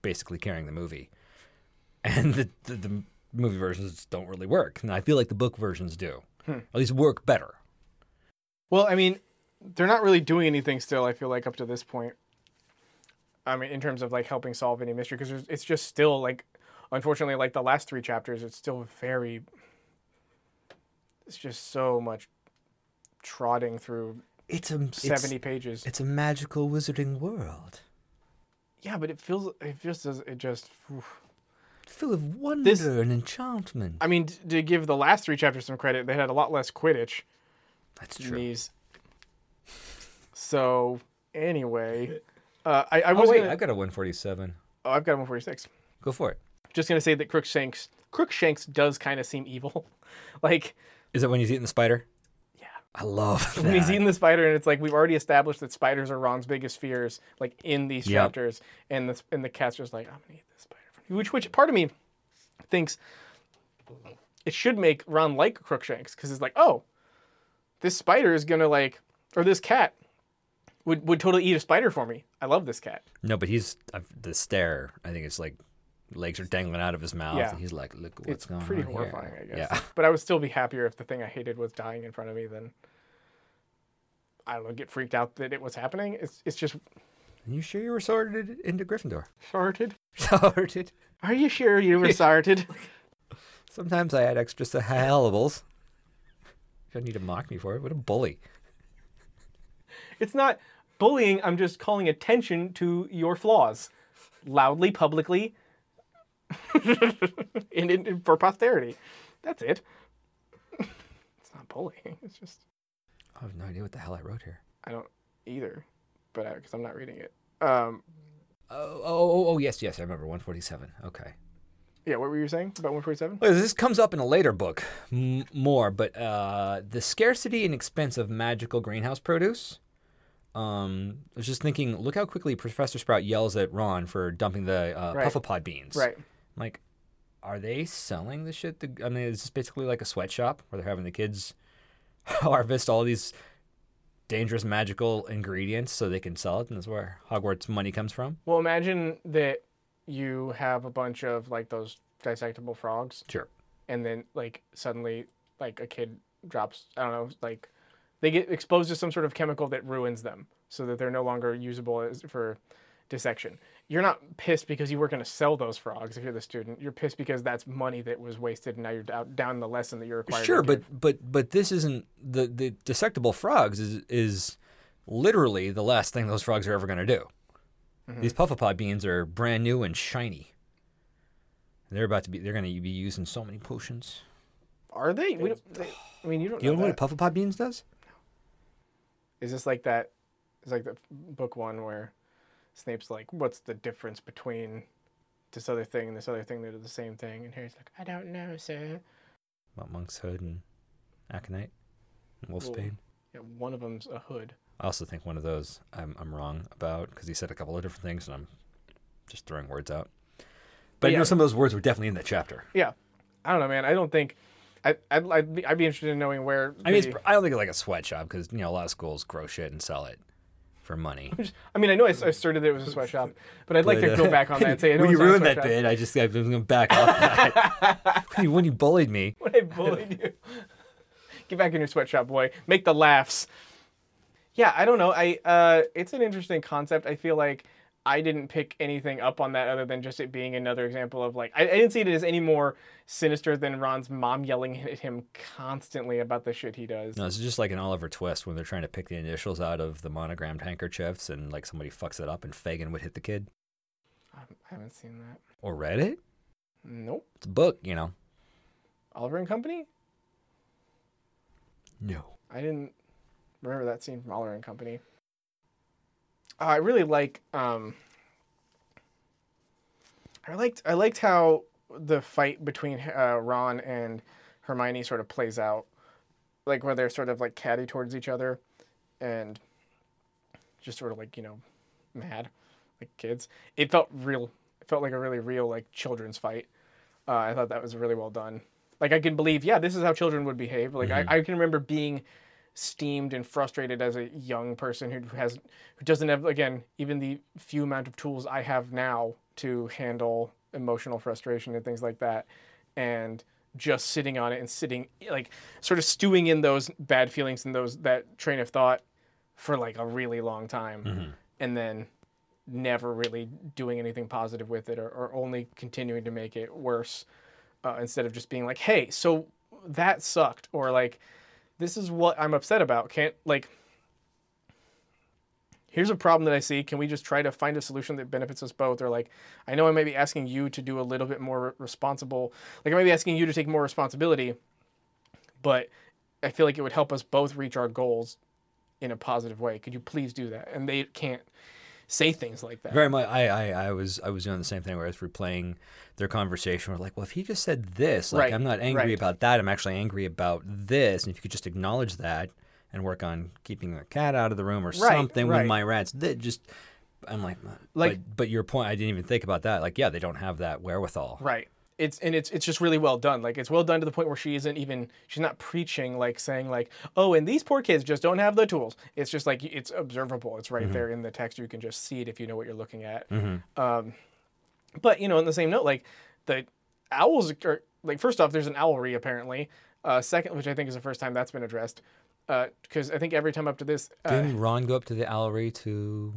[SPEAKER 2] basically carrying the movie, <laughs> and the the, the movie versions don't really work, and I feel like the book versions do, at least work better.
[SPEAKER 1] Well, I mean, they're not really doing anything still. I feel like up to this point. I mean, in terms of like helping solve any mystery, because it's just still like, unfortunately, like the last three chapters, it's still very It's just so much trotting through
[SPEAKER 2] It's a
[SPEAKER 1] seventy
[SPEAKER 2] It's,
[SPEAKER 1] pages.
[SPEAKER 2] it's a magical wizarding world
[SPEAKER 1] yeah, but it feels it just does it just. oof.
[SPEAKER 2] full of wonder and enchantment.
[SPEAKER 1] I mean, t- to give the last three chapters some credit, they had a lot less Quidditch
[SPEAKER 2] That's
[SPEAKER 1] in
[SPEAKER 2] true.
[SPEAKER 1] these. So <laughs> anyway, uh, I, I
[SPEAKER 2] Oh
[SPEAKER 1] was.
[SPEAKER 2] wait,
[SPEAKER 1] gonna-
[SPEAKER 2] I've got a 147.
[SPEAKER 1] oh, I've got one forty six.
[SPEAKER 2] Go for it.
[SPEAKER 1] Just gonna say that Crookshanks Crookshanks does kind of seem evil, <laughs> like
[SPEAKER 2] Is it when he's eating the spider?
[SPEAKER 1] Yeah.
[SPEAKER 2] I love
[SPEAKER 1] <laughs>
[SPEAKER 2] that.
[SPEAKER 1] when he's eating the spider, and it's like we've already established that spiders are Ron's biggest fears, like in these
[SPEAKER 2] Yep.
[SPEAKER 1] chapters, and the and the cat's just like I'm gonna eat this spider, from you," which which part of me thinks it should make Ron like Crookshanks because it's like oh, this spider is gonna like or this cat would would totally eat a spider for me. I love this cat.
[SPEAKER 2] No, but he's I've, the stare. I think it's like legs are dangling out of his mouth.
[SPEAKER 1] Yeah.
[SPEAKER 2] And he's like, look at what's
[SPEAKER 1] it's
[SPEAKER 2] going
[SPEAKER 1] pretty
[SPEAKER 2] on. here."
[SPEAKER 1] horrifying, I guess.
[SPEAKER 2] Yeah. <laughs>
[SPEAKER 1] But I would still be happier if the thing I hated was dying in front of me than I don't know, get freaked out that it was happening. It's it's just
[SPEAKER 2] And you sure you were sorted into Gryffindor? <laughs>
[SPEAKER 1] sorted.
[SPEAKER 2] Sorted.
[SPEAKER 1] Are you sure you
[SPEAKER 2] <laughs>
[SPEAKER 1] were sorted?
[SPEAKER 2] Sometimes I add extra syllables. You don't need to mock me for it. What a bully.
[SPEAKER 1] it's not bullying, I'm just calling attention to your flaws. Loudly, publicly, <laughs> and, in in- for posterity. That's it. <laughs> it's not bullying. It's just
[SPEAKER 2] I have no idea what the hell I wrote here.
[SPEAKER 1] I don't either, but because I'm not reading it. Um,
[SPEAKER 2] Oh, oh, oh, oh, yes, yes, I remember 147. Okay.
[SPEAKER 1] yeah, what were you saying about 147?
[SPEAKER 2] Well, this comes up in a later book m- more, but uh, the scarcity and expense of magical greenhouse produce. Um, I was just thinking, look how quickly Professor Sprout yells at Ron for dumping the uh,
[SPEAKER 1] Right.
[SPEAKER 2] puffapod beans.
[SPEAKER 1] Right.
[SPEAKER 2] I'm like, are they selling this shit? To, I mean, is this basically like a sweatshop where they're having the kids <laughs> harvest all these dangerous magical ingredients so they can sell it? And that's where Hogwarts money comes from?
[SPEAKER 1] Well, imagine that you have a bunch of like those dissectable frogs,
[SPEAKER 2] Sure.
[SPEAKER 1] and then like suddenly, like a kid drops, I don't know, like they get exposed to some sort of chemical that ruins them, so that they're no longer usable as, for dissection. You're not pissed because you were going to sell those frogs if you're the student. You're pissed because that's money that was wasted, and now you're out, down the lesson that you're required. to
[SPEAKER 2] Sure,
[SPEAKER 1] give.
[SPEAKER 2] but but but this isn't the the dissectable frogs is is literally the last thing those frogs are ever going to do.
[SPEAKER 1] Mm-hmm.
[SPEAKER 2] These puffapod beans are brand new and shiny. They're about to be. They're going to be used in so many potions.
[SPEAKER 1] are they? We don't, they I mean, you don't.
[SPEAKER 2] You
[SPEAKER 1] know
[SPEAKER 2] know what a
[SPEAKER 1] that.
[SPEAKER 2] puffapod beans does?
[SPEAKER 1] Is this like that? Is like the book one where Snape's like, "What's the difference between this other thing and this other thing that are the same thing?" And Harry's like, "I don't know, sir."
[SPEAKER 2] About monk's hood and aconite, and wolf's
[SPEAKER 1] Well-
[SPEAKER 2] bane.
[SPEAKER 1] Yeah, one of them's a hood.
[SPEAKER 2] I also think one of those I'm I'm wrong about because he said a couple of different things and I'm just throwing words out. But I
[SPEAKER 1] Yeah.
[SPEAKER 2] know some of those words were definitely in that chapter.
[SPEAKER 1] Yeah, I don't know, man. I don't think. I, I'd, I'd, be, I'd be interested in knowing where.
[SPEAKER 2] I mean, it's,
[SPEAKER 1] the-
[SPEAKER 2] pr- I don't think it's like a sweatshop because you know a lot of schools grow shit and sell it for money.
[SPEAKER 1] I mean, I know I s- I asserted that it was a sweatshop, but <laughs> I'd like
[SPEAKER 2] But,
[SPEAKER 1] to
[SPEAKER 2] uh,
[SPEAKER 1] go back on that and say, I know
[SPEAKER 2] <laughs> when you
[SPEAKER 1] it's not a
[SPEAKER 2] ruined that
[SPEAKER 1] sweatshop.
[SPEAKER 2] bit, I just I'm going to back off. That.
[SPEAKER 1] <laughs>
[SPEAKER 2] <laughs> when, you, when you bullied me,
[SPEAKER 1] when I bullied you. <laughs> Get back in your sweatshop, boy. Make the laughs. Yeah, I don't know. I uh, it's an interesting concept. I feel like I didn't pick anything up on that other than just it being another example of like I, I didn't see it as any more sinister than Ron's mom yelling <laughs> at him constantly about the shit he does.
[SPEAKER 2] no, it's just like an Oliver Twist when they're trying to pick the initials out of the monogrammed handkerchiefs and like somebody fucks it up and Fagin would hit the kid
[SPEAKER 1] I haven't seen that.
[SPEAKER 2] or read it.
[SPEAKER 1] Nope.
[SPEAKER 2] It's a book, you know.
[SPEAKER 1] Oliver and Company.
[SPEAKER 2] No.
[SPEAKER 1] I didn't remember that scene from Oliver and Company. Uh, I really like. Um, I liked. I liked how the fight between uh, Ron and Hermione sort of plays out, like where they're sort of like catty towards each other, and just sort of like you know, mad, like kids. It felt real. It felt like a really real like children's fight. Uh, I thought that was really well done. Like I can believe, yeah, this is how children would behave. Like I, I can remember being steamed and frustrated as a young person who has who doesn't have again even the few amount of tools I have now to handle emotional frustration and things like that, and just sitting on it and sitting like sort of stewing in those bad feelings and those that train of thought for like a really long time, and then never really doing anything positive with it or, or only continuing to make it worse uh, instead of just being like, hey, so that sucked or like this is what I'm upset about. Can't like here's a problem that I see. Can we just try to find a solution that benefits us both? Or like, I know I might be asking you to do a little bit more responsible. Like I might be asking you to take more responsibility, but I feel like it would help us both reach our goals in a positive way. Could you please do that? And they can't say things like that.
[SPEAKER 2] Very much. I, I, I was I was doing the same thing where I was replaying their conversation. We're like, well, if he just said this, like
[SPEAKER 1] Right,
[SPEAKER 2] I'm not angry
[SPEAKER 1] right.
[SPEAKER 2] about that. I'm actually angry about this. And if you could just acknowledge that and work on keeping the cat out of the room or something with
[SPEAKER 1] right.
[SPEAKER 2] my rats, that just I'm like, like,
[SPEAKER 1] Like-
[SPEAKER 2] but, but your point, I didn't even think about that. Like, yeah, they don't have that wherewithal.
[SPEAKER 1] Right. It's and it's it's just really well done. Like it's well done to the point where she isn't even she's not preaching like saying like oh and these poor kids just don't have the tools. It's just like it's observable. It's
[SPEAKER 2] Mm-hmm.
[SPEAKER 1] right there in the text. You can just see it if you know what you're looking at. Um, but you know, on the same note, like the owls are like first off, there's an owlry apparently. Uh, second, which I think is the first time that's been addressed, because I think every time up to this, uh,
[SPEAKER 2] Didn't Ron go up to the Owlry to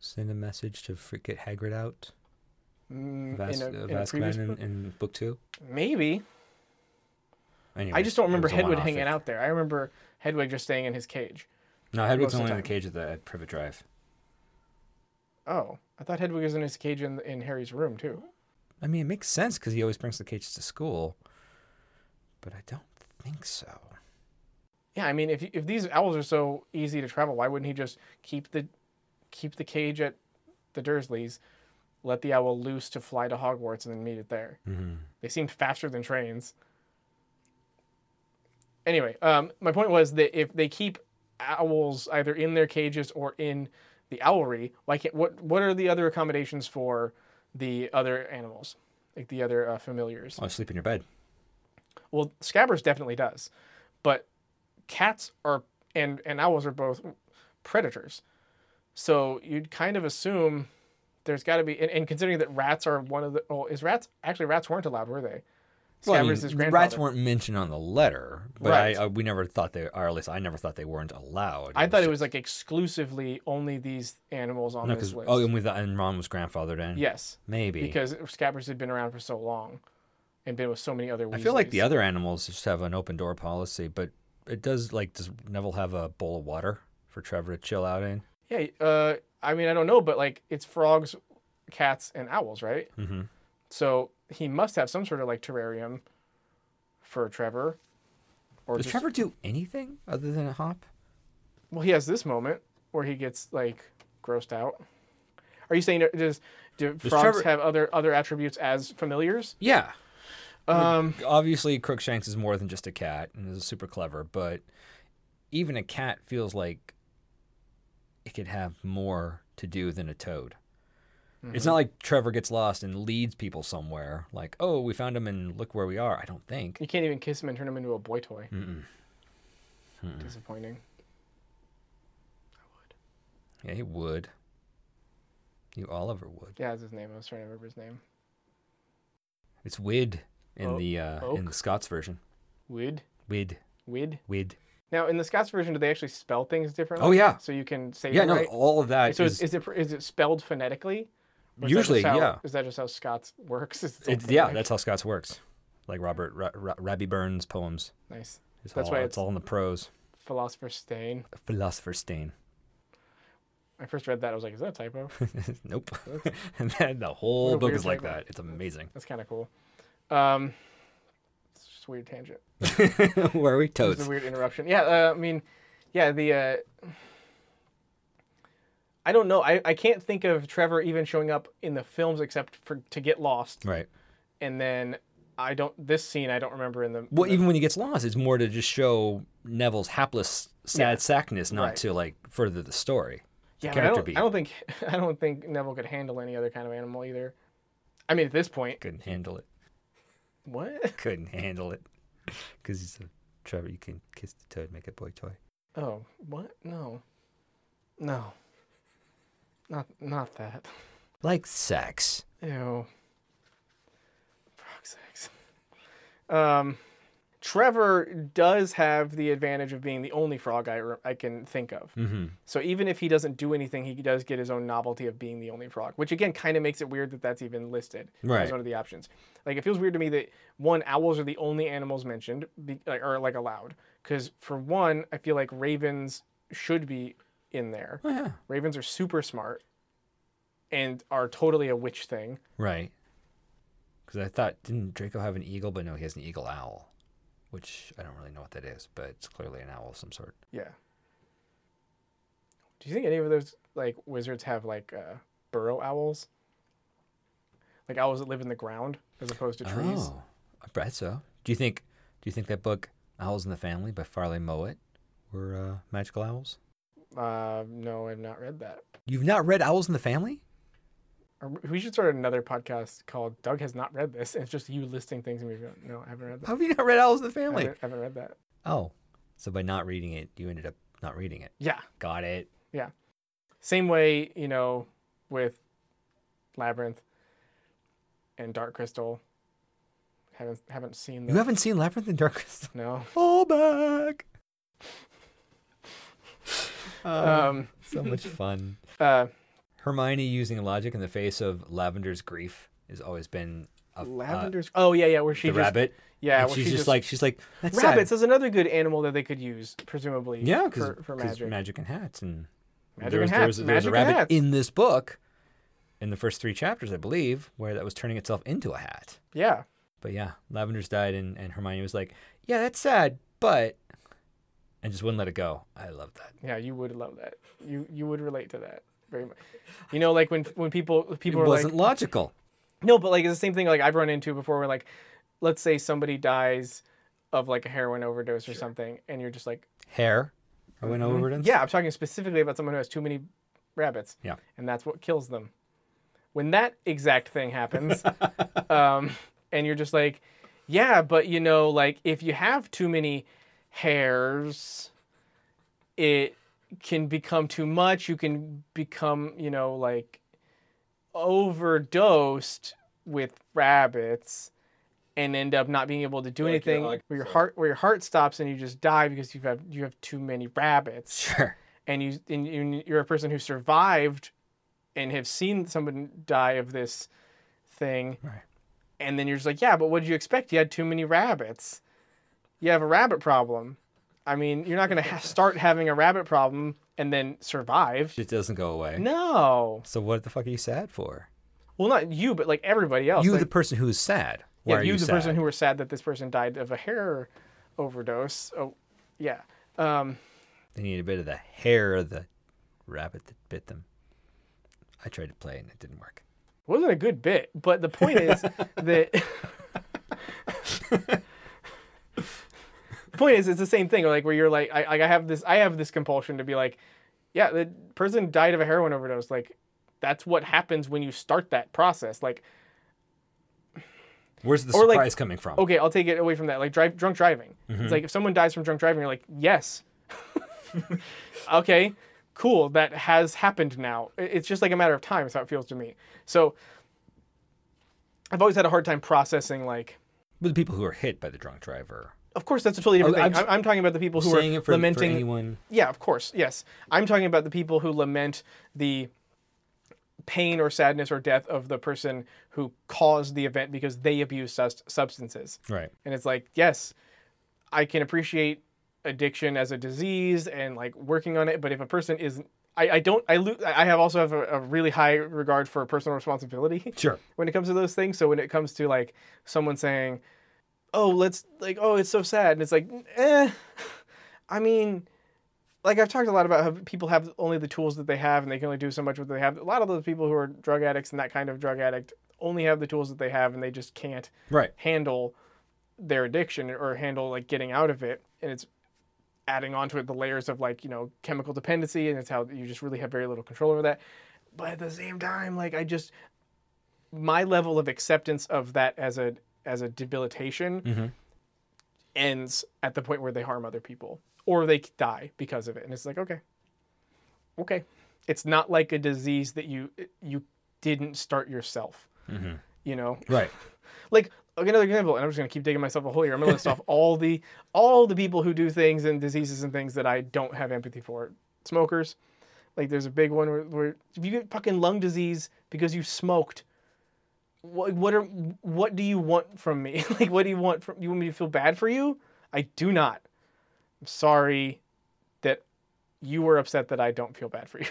[SPEAKER 2] send a message to freak get Hagrid out?
[SPEAKER 1] mm,
[SPEAKER 2] Vas-
[SPEAKER 1] in, a,
[SPEAKER 2] uh,
[SPEAKER 1] in a previous
[SPEAKER 2] Vascovan in, in book two.
[SPEAKER 1] maybe
[SPEAKER 2] Anyways,
[SPEAKER 1] I just don't
[SPEAKER 2] it
[SPEAKER 1] remember
[SPEAKER 2] was a
[SPEAKER 1] Hedwig
[SPEAKER 2] one-off.
[SPEAKER 1] hanging
[SPEAKER 2] If-
[SPEAKER 1] out there. I remember Hedwig just staying in his cage.
[SPEAKER 2] No,
[SPEAKER 1] most
[SPEAKER 2] Hedwig's
[SPEAKER 1] of the
[SPEAKER 2] only in the
[SPEAKER 1] time.
[SPEAKER 2] cage at the at Privet Drive.
[SPEAKER 1] Oh, I thought Hedwig was in his cage in, in Harry's room too.
[SPEAKER 2] I mean, it makes sense because he always brings the cages to school, but I don't think so.
[SPEAKER 1] Yeah, I mean, if if these owls are so easy to travel, why wouldn't he just keep the keep the cage at the Dursleys, let the owl loose to fly to Hogwarts, and then meet it there?
[SPEAKER 2] Mm-hmm.
[SPEAKER 1] They seemed faster than trains. Anyway, um, my point was that if they keep owls either in their cages or in the owlry, why can't what what are the other accommodations for the other animals, like the other uh, familiars?
[SPEAKER 2] Oh, sleep in your bed.
[SPEAKER 1] Well, Scabbers definitely does, but cats are and and owls are both predators, so you'd kind of assume there's got to be and, and considering that rats are one of the well is rats actually rats weren't allowed were they? Scabbers
[SPEAKER 2] Well, I mean,
[SPEAKER 1] is
[SPEAKER 2] rats
[SPEAKER 1] grandfather.
[SPEAKER 2] weren't mentioned on the letter, but
[SPEAKER 1] Right.
[SPEAKER 2] I, I, we never thought they, or at least I never thought they weren't allowed.
[SPEAKER 1] I thought it
[SPEAKER 2] ju-
[SPEAKER 1] was like exclusively only these animals on
[SPEAKER 2] no,
[SPEAKER 1] this
[SPEAKER 2] 'cause-
[SPEAKER 1] list.
[SPEAKER 2] oh, and, with, and Ron was grandfathered in.
[SPEAKER 1] yes,
[SPEAKER 2] maybe
[SPEAKER 1] because Scabbers had been around for so long, and been with so many other. Weasleys.
[SPEAKER 2] I feel like the other animals just have an open door policy, but it does like does Neville have a bowl of water for Trevor to chill out in?
[SPEAKER 1] Yeah, uh, I mean, I don't know, but like it's frogs, cats, and owls, right? Mm-hmm. So he must have some sort of like terrarium for Trevor. Or
[SPEAKER 2] Does
[SPEAKER 1] just,
[SPEAKER 2] Trevor do anything other than a hop?
[SPEAKER 1] well, he has this moment where he gets like grossed out. Are you saying that- does do frogs
[SPEAKER 2] Trevor-
[SPEAKER 1] have other other attributes as familiars?
[SPEAKER 2] Yeah.
[SPEAKER 1] Um,
[SPEAKER 2] Obviously, Crookshanks is more than just a cat and is super clever, but even a cat feels like it could have more to do than a toad.
[SPEAKER 1] Um, hmm.
[SPEAKER 2] It's
[SPEAKER 1] Mm-hmm.
[SPEAKER 2] not like Trevor gets lost and leads people somewhere. Like, oh, we found him and look where we are. I don't think.
[SPEAKER 1] you can't even kiss him and turn him into a boy toy.
[SPEAKER 2] Mm-hmm.
[SPEAKER 1] Disappointing.
[SPEAKER 2] Yeah, he would. You Oliver would.
[SPEAKER 1] Yeah, that's his name. I was trying to remember his name.
[SPEAKER 2] It's Wid in
[SPEAKER 1] O-
[SPEAKER 2] the uh, in the
[SPEAKER 1] oak?
[SPEAKER 2] Scots version.
[SPEAKER 1] Wid.
[SPEAKER 2] Wid,
[SPEAKER 1] Wid.
[SPEAKER 2] Wid.
[SPEAKER 1] Now, in the Scots version, do they actually spell things differently?
[SPEAKER 2] Oh, yeah.
[SPEAKER 1] So you can say
[SPEAKER 2] Yeah,
[SPEAKER 1] them
[SPEAKER 2] no,
[SPEAKER 1] right?
[SPEAKER 2] all of that
[SPEAKER 1] So
[SPEAKER 2] Uh, is,
[SPEAKER 1] is, is it is it spelled phonetically? Or is that just
[SPEAKER 2] usually,
[SPEAKER 1] how-
[SPEAKER 2] yeah.
[SPEAKER 1] Is that just how Scots works? <laughs> Is it all
[SPEAKER 2] It, yeah,
[SPEAKER 1] phonetic?
[SPEAKER 2] that's how Scots works. Like Robert Ra- Ra- Rabbi Burns' poems.
[SPEAKER 1] nice.
[SPEAKER 2] It's
[SPEAKER 1] That's
[SPEAKER 2] all,
[SPEAKER 1] why
[SPEAKER 2] it's,
[SPEAKER 1] it's-
[SPEAKER 2] all in the prose.
[SPEAKER 1] Philosopher Stain.
[SPEAKER 2] Philosopher's stain.
[SPEAKER 1] I first read that. I was like, is that a typo?
[SPEAKER 2] <laughs>
[SPEAKER 1] <laughs>
[SPEAKER 2] nope. <laughs> and then the whole
[SPEAKER 1] What a
[SPEAKER 2] book
[SPEAKER 1] weird
[SPEAKER 2] is like
[SPEAKER 1] title.
[SPEAKER 2] that.
[SPEAKER 1] <laughs>
[SPEAKER 2] It's amazing.
[SPEAKER 1] That's kind of cool. Um, it's just a weird tangent.
[SPEAKER 2] Where are we
[SPEAKER 1] It was
[SPEAKER 2] toads?
[SPEAKER 1] a weird interruption. Yeah, uh, I mean, yeah, the. Uh, I don't know. I, I can't think of Trevor even showing up in the films except for to get lost,
[SPEAKER 2] Right.
[SPEAKER 1] and then I don't. This scene I don't remember in the.
[SPEAKER 2] Well, even when he gets lost, it's more to just show Neville's hapless, sad
[SPEAKER 1] Yeah.
[SPEAKER 2] sackness, not
[SPEAKER 1] Right.
[SPEAKER 2] to like further the story. It's a
[SPEAKER 1] Yeah, but I
[SPEAKER 2] character
[SPEAKER 1] don't,
[SPEAKER 2] beat.
[SPEAKER 1] I don't think <laughs> I don't think Neville could handle any other kind of animal either. I mean, at this point,
[SPEAKER 2] Couldn't handle it.
[SPEAKER 1] what? <laughs>
[SPEAKER 2] Couldn't handle it. <laughs> Because he's a Trevor. You can kiss the toad, make a boy toy.
[SPEAKER 1] Oh, what? No, no, not not that.
[SPEAKER 2] Like sex.
[SPEAKER 1] Ew. Frog sex. Um, Trevor does have the advantage of being the only frog I, re- I can think
[SPEAKER 2] Hmm.
[SPEAKER 1] of.
[SPEAKER 2] Mm-hmm.
[SPEAKER 1] So even if he doesn't do anything, he does get his own novelty of being the only frog, which again kind of makes it weird that that's even listed
[SPEAKER 2] Right.
[SPEAKER 1] as one of the options. Like it feels weird to me that one owls are the only animals mentioned be, like, or like allowed because for one, I feel like ravens should be in there.
[SPEAKER 2] Oh, yeah.
[SPEAKER 1] Ravens are super smart and are totally a witch thing.
[SPEAKER 2] Right. Because I thought, didn't Draco have an eagle? But no, he has an eagle owl, which I don't really know what that is, but it's clearly an owl of some sort.
[SPEAKER 1] Yeah. Do you think any of those like wizards have like uh, burrow owls? Like owls that live in the ground as opposed to trees?
[SPEAKER 2] Oh, I bet so. Do you think? Do you think that book "Owls in the Family" by Farley Mowat were uh, magical owls?
[SPEAKER 1] Uh, no, I've not read that.
[SPEAKER 2] You've not read "Owls in the Family"?
[SPEAKER 1] Or we should start another podcast called "Doug Has Not Read This." And it's just you listing things and we go, "No, I haven't read that.
[SPEAKER 2] How have you not read "Owls in the
[SPEAKER 1] I
[SPEAKER 2] Family"?
[SPEAKER 1] haven't, I haven't read that."
[SPEAKER 2] Oh, so by not reading it, you ended up not reading it.
[SPEAKER 1] Yeah,
[SPEAKER 2] Got it.
[SPEAKER 1] same way you know with Labyrinth and Dark Crystal. Haven't haven't seen
[SPEAKER 2] You
[SPEAKER 1] them.
[SPEAKER 2] haven't seen Labyrinth and Dark Crystal.
[SPEAKER 1] No.
[SPEAKER 2] <laughs> Fall back. Oh,
[SPEAKER 1] Um.
[SPEAKER 2] so much fun.
[SPEAKER 1] Uh.
[SPEAKER 2] Hermione using logic in the face of Lavender's grief has always been a, uh,
[SPEAKER 1] Lavender's. oh yeah, yeah. Where she
[SPEAKER 2] the
[SPEAKER 1] just
[SPEAKER 2] rabbit.
[SPEAKER 1] yeah.
[SPEAKER 2] and
[SPEAKER 1] Where
[SPEAKER 2] she's
[SPEAKER 1] she
[SPEAKER 2] just, like she's like that's sad."
[SPEAKER 1] rabbits is another good animal that they could use presumably.
[SPEAKER 2] yeah
[SPEAKER 1] for,
[SPEAKER 2] because
[SPEAKER 1] for magic.
[SPEAKER 2] and hats and
[SPEAKER 1] Magic and
[SPEAKER 2] there was, there
[SPEAKER 1] hats,
[SPEAKER 2] was- there was
[SPEAKER 1] magic
[SPEAKER 2] a
[SPEAKER 1] and
[SPEAKER 2] rabbit
[SPEAKER 1] hats.
[SPEAKER 2] in this book in the first three chapters I believe where that was turning itself into a hat.
[SPEAKER 1] yeah.
[SPEAKER 2] But yeah, Lavender's died and and Hermione was like yeah that's sad but and just wouldn't let it go. I love that.
[SPEAKER 1] Yeah. You would love that. You you would relate to that very much. You know, like when when people people
[SPEAKER 2] it
[SPEAKER 1] are like
[SPEAKER 2] wasn't logical.
[SPEAKER 1] No, but like it's the same thing like I've run into before where like let's say somebody dies of like a heroin overdose or something and you're just like
[SPEAKER 2] Hair. I went over it.
[SPEAKER 1] yeah, I'm talking specifically about someone who has too many rabbits.
[SPEAKER 2] Yeah.
[SPEAKER 1] And that's what kills them. When that exact thing
[SPEAKER 2] <laughs>
[SPEAKER 1] happens, um, and you're just like, yeah, but you know, like if you have too many hairs, it can become too much. You can become, you know, like overdosed with rabbits and end up not being able to do
[SPEAKER 2] Like your
[SPEAKER 1] anything
[SPEAKER 2] oc-
[SPEAKER 1] where your heart where your heart stops and you just die because you have you have too many rabbits
[SPEAKER 2] <laughs> Sure.
[SPEAKER 1] and you and you- you're a person who survived and have seen someone die of this thing
[SPEAKER 2] Right.
[SPEAKER 1] and then you're just like yeah but what did you expect you had too many rabbits you have a rabbit problem i mean you're not going to
[SPEAKER 2] <laughs>
[SPEAKER 1] ha- start having a rabbit problem and then survive
[SPEAKER 2] It doesn't go away.
[SPEAKER 1] no
[SPEAKER 2] So what the fuck are you sad for?
[SPEAKER 1] well not you but like everybody else
[SPEAKER 2] you
[SPEAKER 1] like,
[SPEAKER 2] the person who is sad. Why
[SPEAKER 1] yeah,
[SPEAKER 2] are
[SPEAKER 1] you,
[SPEAKER 2] you
[SPEAKER 1] the
[SPEAKER 2] sad?
[SPEAKER 1] person who were sad that this person died of a hair overdose oh yeah um,
[SPEAKER 2] They need a bit of the hair of the rabbit that bit them. I tried to play and it didn't work.
[SPEAKER 1] wasn't a good bit but the point is that <laughs> point is it's the same thing like where you're like I, like I have this i have this compulsion to be like yeah the person died of a heroin overdose like that's what happens when you start that process like
[SPEAKER 2] Where's the
[SPEAKER 1] Or, like-
[SPEAKER 2] surprise coming from?
[SPEAKER 1] okay i'll take it away from that like drive drunk driving
[SPEAKER 2] Mm-hmm.
[SPEAKER 1] it's like if someone dies from drunk driving you're like yes <laughs> okay cool that has happened now I- it's just like a matter of time is how it feels to me so i've always had a hard time processing like
[SPEAKER 2] With the people who are hit by the drunk driver.
[SPEAKER 1] of course that's a totally different
[SPEAKER 2] Oh, I'm
[SPEAKER 1] thing I'm, I'm talking about the people who
[SPEAKER 2] Saying
[SPEAKER 1] are
[SPEAKER 2] it for,
[SPEAKER 1] lamenting
[SPEAKER 2] for anyone.
[SPEAKER 1] Yeah, of course. Yes. I'm talking about the people who lament the pain or sadness or death of the person who caused the event because they abused sus- substances.
[SPEAKER 2] Right.
[SPEAKER 1] And it's like, yes, I can appreciate addiction as a disease and like working on it, but if a person is I, I don't I lo- I have also have a, a really high regard for personal responsibility <laughs>
[SPEAKER 2] Sure.
[SPEAKER 1] when it comes to those things. So when it comes to like someone saying, "Oh, let's like oh, it's so sad," and it's like, eh, <laughs> I mean, like I've talked a lot about how people have only the tools that they have, and they can only do so much with what they have. A lot of those people who are drug addicts and that kind of drug addict only have the tools that they have, and they just can't
[SPEAKER 2] Right.
[SPEAKER 1] handle their addiction or handle like getting out of it and it's adding on to it the layers of like you know chemical dependency and it's how you just really have very little control over that but at the same time like i just my level of acceptance of that as a as a debilitation
[SPEAKER 2] Mm-hmm.
[SPEAKER 1] ends at the point where they harm other people or they die because of it and it's like okay okay it's not like a disease that you you didn't start yourself you know
[SPEAKER 2] Mm-hmm. Right.
[SPEAKER 1] like okay, another example and i'm just going to keep digging myself a hole here i'm going to list off all the all the people who do things and diseases and things that i don't have empathy for smokers like there's a big one where, where if you get fucking lung disease because you smoked what, what are what do you want from me <laughs> like what do you want from you want me to feel bad for you i do not i'm sorry that you were upset that i don't feel bad for you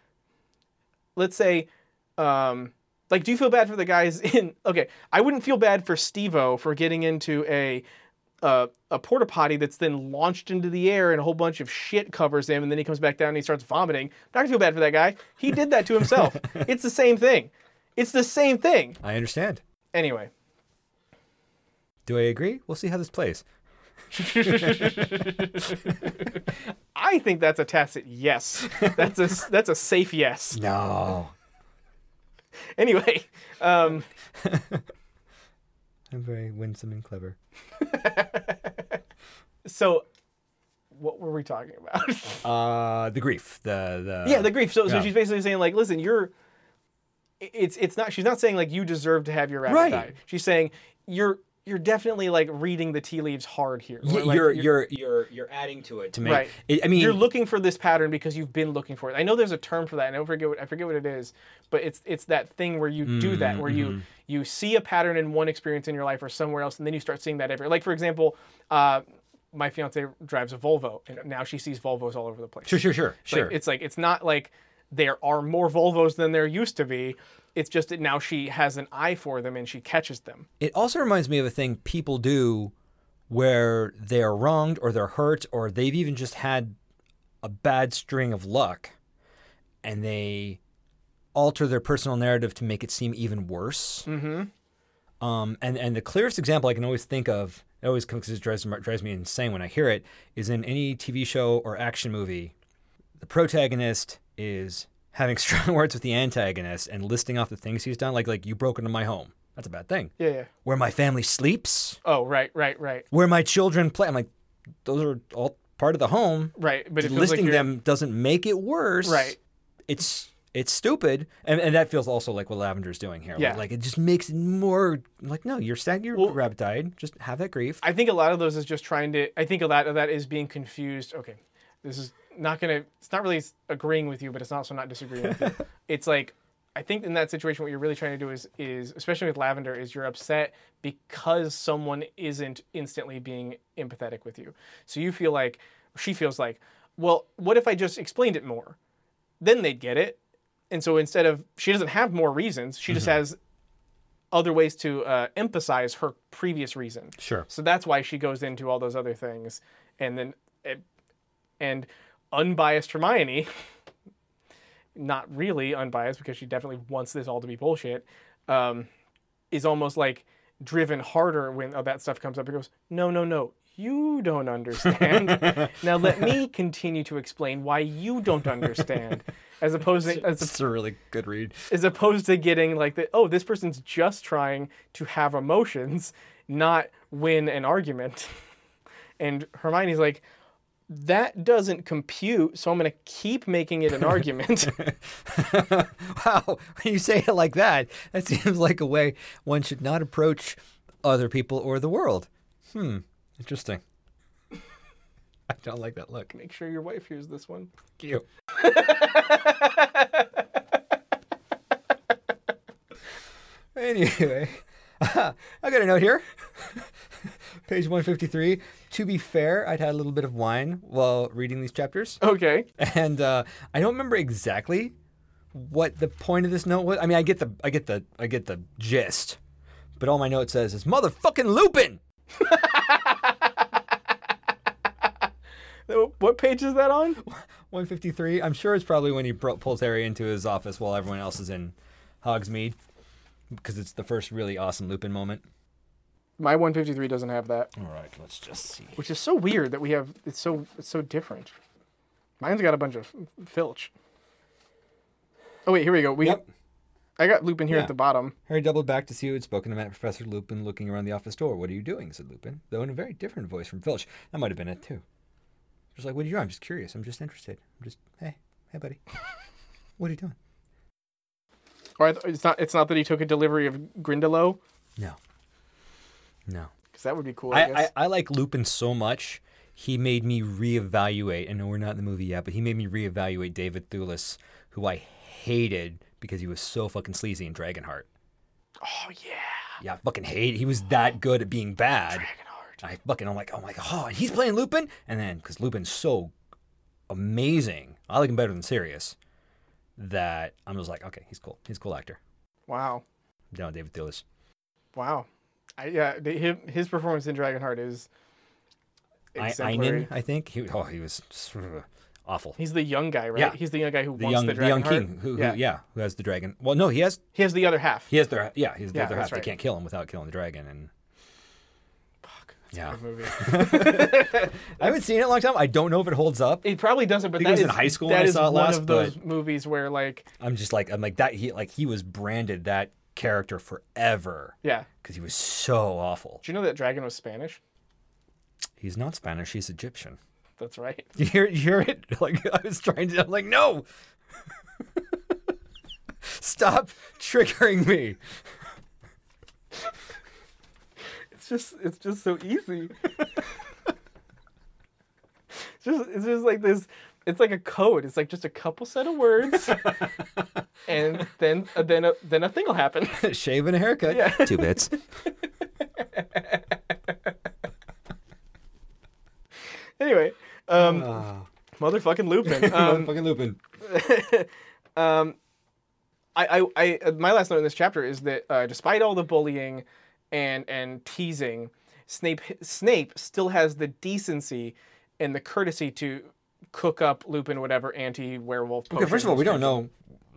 [SPEAKER 1] <laughs> let's say um like, do you feel bad for the guys <laughs> in? Okay, I wouldn't feel bad for Stevo for getting into a uh, a porta potty that's then launched into the air and a whole bunch of shit covers him, and then he comes back down and he starts vomiting. Not gonna feel bad for that guy. He did that to himself. it's the same thing. It's the same thing.
[SPEAKER 2] I understand.
[SPEAKER 1] Anyway,
[SPEAKER 2] Do I agree? We'll see how this plays.
[SPEAKER 1] I think that's a tacit yes. That's a that's a safe yes.
[SPEAKER 2] No.
[SPEAKER 1] Anyway, um,
[SPEAKER 2] I'm very winsome and clever.
[SPEAKER 1] so what were we talking about? <laughs>
[SPEAKER 2] Uh, the grief. The the
[SPEAKER 1] yeah the grief so, so
[SPEAKER 2] yeah.
[SPEAKER 1] she's basically saying like listen you're it's it's not she's not saying like you deserve to have your rabbit
[SPEAKER 2] Right.
[SPEAKER 1] die she's saying you're you're definitely like reading the tea leaves hard here
[SPEAKER 2] Y-
[SPEAKER 1] Like,
[SPEAKER 2] you're, you're you're you're adding to it to make.
[SPEAKER 1] Right.
[SPEAKER 2] It, I mean,
[SPEAKER 1] you're looking for this pattern because you've been looking for it. I know there's a term for that. and I don't forget what I forget what it is, but it's it's that thing where you do that,
[SPEAKER 2] Mm,
[SPEAKER 1] where
[SPEAKER 2] mm-hmm.
[SPEAKER 1] you you see a pattern in one experience in your life or somewhere else, and then you start seeing that everywhere. Like for example, uh, my fiance drives a Volvo, and now she sees Volvos all over the place.
[SPEAKER 2] sure, sure, sure, sure.
[SPEAKER 1] Like, it's like it's not like there are more Volvos than there used to be. It's just that now she has an eye for them and she catches them.
[SPEAKER 2] It also reminds me of a thing people do where they are wronged or they're hurt or they've even just had a bad string of luck and they alter their personal narrative to make it seem even worse. Mm-hmm. Um, and, and the clearest example I can always think of, it always comes because it drives, drives me insane when I hear it, is in any TV show or action movie. The protagonist is having <laughs> strong words with the antagonist and listing off the things he's done, like like you broke into my home. That's a bad thing
[SPEAKER 1] Yeah, yeah.
[SPEAKER 2] where my family sleeps,
[SPEAKER 1] Oh, right, right, right,
[SPEAKER 2] where my children play. I'm like, those are all part of the home.
[SPEAKER 1] right. But it feels
[SPEAKER 2] Listing
[SPEAKER 1] like you're-
[SPEAKER 2] them doesn't make it worse.
[SPEAKER 1] Right.
[SPEAKER 2] It's it's stupid, and, and that feels also like what Lavender's doing here.
[SPEAKER 1] Yeah.
[SPEAKER 2] Like it just makes it more like no, you're sad your rabbit died. Just have that grief.
[SPEAKER 1] I think a lot of those is just trying to. I think a lot of that is being confused. Okay, this is not gonna. It's not really agreeing with you, but it's also not disagreeing with you. It's like I think in that situation, what you're really trying to do is is especially with lavender is you're upset because someone isn't instantly being empathetic with you. So you feel like she feels like, well, what if I just explained it more? Then they'd get it. And so instead of she doesn't have more reasons, she just has other ways to uh, emphasize her previous reason.
[SPEAKER 2] Sure.
[SPEAKER 1] So that's why she goes into all those other things, and then it, and unbiased Hermione, <laughs> not really unbiased because she definitely wants this all to be bullshit, um, is almost like driven harder when all that stuff comes up. It goes, no, no, no. You don't understand. now let me continue to explain why you don't understand, as opposed to, as
[SPEAKER 2] That's a really good read.
[SPEAKER 1] as opposed to getting like the oh this person's just trying to have emotions not win an argument <laughs> and hermione's like that doesn't compute so i'm going to keep making <laughs> it an argument
[SPEAKER 2] <laughs> wow, when you say it like that, that seems like a way one should not approach other people or the world. Hmm, interesting. <laughs> I don't like that look.
[SPEAKER 1] make sure your wife hears this one
[SPEAKER 2] Cute. <laughs> anyway, <laughs> I got a note here. <laughs> Page 153. To be fair, I'd had a little bit of wine while reading these chapters. <laughs>
[SPEAKER 1] okay
[SPEAKER 2] And uh, I don't remember exactly what the point of this note was. I mean, I get the, I get the, I get the gist, but all my note says is motherfucking Lupin.
[SPEAKER 1] what page is that on
[SPEAKER 2] 153. I'm sure it's probably when he bro- pulls Harry into his office while everyone else is in Hogsmeade, because it's the first really awesome Lupin moment.
[SPEAKER 1] my 153 doesn't have that
[SPEAKER 2] All right, let's just see.
[SPEAKER 1] which is so weird that we have it's so it's so different mine's got a bunch of filch oh wait here we go we
[SPEAKER 2] Yep.
[SPEAKER 1] i got lupin here
[SPEAKER 2] Yeah.
[SPEAKER 1] at the bottom
[SPEAKER 2] Harry doubled back to see who had spoken to Matt Professor Lupin looking around the office door. What are you doing? said Lupin, though in a very different voice from Filch. That might have been it, too. Just like, what are you doing? I'm just <laughs> curious. I'm just interested. I'm just, hey, hey, buddy. what are you doing?
[SPEAKER 1] Or I th- it's not. It's not that he took a delivery of Grindelow,
[SPEAKER 2] No. No.
[SPEAKER 1] because that would be cool. I,
[SPEAKER 2] I, I,
[SPEAKER 1] guess.
[SPEAKER 2] I like Lupin so much. He made me reevaluate. I know we're not in the movie yet, but he made me reevaluate David Thewlis, who I hated because he was so fucking sleazy in Dragonheart.
[SPEAKER 1] oh yeah,
[SPEAKER 2] Yeah, I fucking hate. He was that good at being bad.
[SPEAKER 1] Dragonheart.
[SPEAKER 2] I fucking I'm like, oh my god, oh, and he's playing Lupin, and then because Lupin's so amazing, I like him better than Sirius. That I'm just like, okay, he's cool. He's a cool actor.
[SPEAKER 1] Wow,
[SPEAKER 2] I'm Down with David Thewlis.
[SPEAKER 1] wow. I, yeah, the- his, his performance in Dragonheart is
[SPEAKER 2] I,
[SPEAKER 1] exemplary.
[SPEAKER 2] Einen, I think he. Oh, he was <laughs> awful.
[SPEAKER 1] He's the young guy, right?
[SPEAKER 2] Yeah.
[SPEAKER 1] He's the young guy who
[SPEAKER 2] the
[SPEAKER 1] wants
[SPEAKER 2] young,
[SPEAKER 1] the
[SPEAKER 2] the,
[SPEAKER 1] dragon
[SPEAKER 2] young king, who, who,
[SPEAKER 1] yeah.
[SPEAKER 2] yeah. who has the dragon. Well, no, he has,
[SPEAKER 1] He has the other half.
[SPEAKER 2] he has their, yeah, he's
[SPEAKER 1] Yeah,
[SPEAKER 2] the other
[SPEAKER 1] that's
[SPEAKER 2] half. They
[SPEAKER 1] right.
[SPEAKER 2] can't kill him without killing the dragon. And
[SPEAKER 1] Fuck, that's
[SPEAKER 2] Yeah.
[SPEAKER 1] a good movie.
[SPEAKER 2] I haven't seen it in a long time. I don't know if it holds up.
[SPEAKER 1] It probably doesn't, but
[SPEAKER 2] think
[SPEAKER 1] that
[SPEAKER 2] it was in
[SPEAKER 1] is-
[SPEAKER 2] high school
[SPEAKER 1] that
[SPEAKER 2] when I
[SPEAKER 1] is
[SPEAKER 2] saw it
[SPEAKER 1] one
[SPEAKER 2] last,
[SPEAKER 1] of those movies where, like,
[SPEAKER 2] I'm just like, I'm like that. He like he was branded that character forever
[SPEAKER 1] yeah.
[SPEAKER 2] because he was so awful.
[SPEAKER 1] Do you know that dragon was Spanish?
[SPEAKER 2] He's not Spanish. He's Egyptian. <laughs>
[SPEAKER 1] That's right.
[SPEAKER 2] You hear, you hear it? <laughs> Like I was trying to. I'm like, no. <laughs> Stop triggering me. <laughs>
[SPEAKER 1] It's just, it's just so easy. it's just, it's just like this. It's like a code. It's like just a couple set of words,
[SPEAKER 2] <laughs>
[SPEAKER 1] and then, uh, then, a, then a thing will happen. <laughs>
[SPEAKER 2] Shave and a haircut.
[SPEAKER 1] Yeah. <laughs>
[SPEAKER 2] Two bits.
[SPEAKER 1] anyway, um,
[SPEAKER 2] Ah.
[SPEAKER 1] motherfucking Lupin. Um,
[SPEAKER 2] Fucking Lupin.
[SPEAKER 1] I, I, I, my last note in this chapter is that uh, despite all the bullying and and teasing, Snape Snape still has the decency and the courtesy to cook up Lupin whatever anti werewolf.
[SPEAKER 2] Okay, first of all, we don't know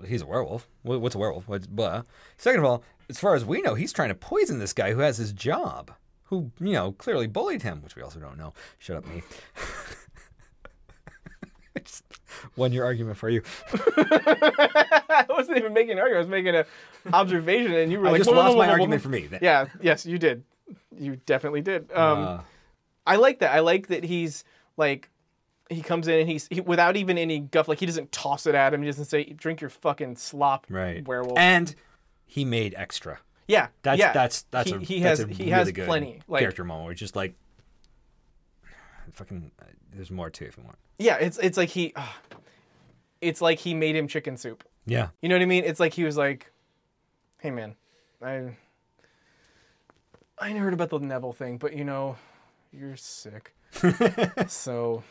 [SPEAKER 2] he's a werewolf. Wha- What's a werewolf? What's blah. Second of all, as far as we know, he's trying to poison this guy who has his job, who you know clearly bullied him, which we also don't know. Shut up, me. <laughs> I just won your argument for you.
[SPEAKER 1] <laughs> I wasn't even making an argument. I was making an observation, and you were
[SPEAKER 2] I
[SPEAKER 1] like,
[SPEAKER 2] just
[SPEAKER 1] "Whoa, whoa,
[SPEAKER 2] lost
[SPEAKER 1] whoa,
[SPEAKER 2] my
[SPEAKER 1] whoa, whoa,
[SPEAKER 2] argument
[SPEAKER 1] whoa."
[SPEAKER 2] for me. Th-
[SPEAKER 1] Yeah. Yes, you did. You definitely did. Um,
[SPEAKER 2] Uh,
[SPEAKER 1] I like that. I like that he's like he comes in and he's he, without even any guff. Like he doesn't toss it at him. He doesn't say, "Drink your fucking slop,
[SPEAKER 2] right.
[SPEAKER 1] werewolf."
[SPEAKER 2] And he made extra.
[SPEAKER 1] Yeah,
[SPEAKER 2] That's
[SPEAKER 1] yeah.
[SPEAKER 2] that's that's
[SPEAKER 1] he,
[SPEAKER 2] a
[SPEAKER 1] he
[SPEAKER 2] that's
[SPEAKER 1] has
[SPEAKER 2] a
[SPEAKER 1] he
[SPEAKER 2] really
[SPEAKER 1] has
[SPEAKER 2] good
[SPEAKER 1] plenty. Like
[SPEAKER 2] character moment. Where it's just like, <sighs> fucking. There's more too if you want.
[SPEAKER 1] yeah, it's it's like he, ah, it's like he made him chicken soup.
[SPEAKER 2] Yeah.
[SPEAKER 1] You know what I mean? It's like he was like, hey man, I I ain't heard about the Neville thing, but you know, you're sick, so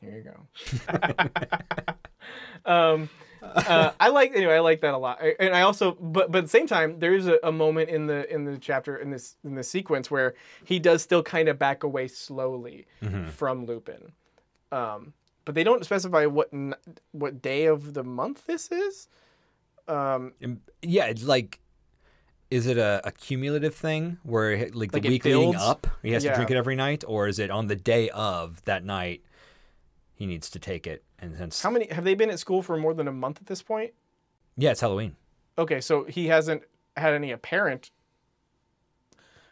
[SPEAKER 1] here you go. <laughs> um, uh, I like anyway. I like that a lot, I- and I also, but but at the same time, there is a, a moment in the in the chapter in this in this sequence where he does still kind of back away slowly from Lupin, um, but they don't specify what n- what day of the month this is. Um,
[SPEAKER 2] Um, Yeah, it's like, is it a, a cumulative thing where he- like the
[SPEAKER 1] Like it
[SPEAKER 2] week leading
[SPEAKER 1] builds?
[SPEAKER 2] up he has
[SPEAKER 1] Yeah.
[SPEAKER 2] to drink it every night, or is it on the day of that night he needs to take it? And since
[SPEAKER 1] how many have they been at school for more than a month at this point?
[SPEAKER 2] yeah, it's Halloween.
[SPEAKER 1] Okay, so he hasn't had any apparent.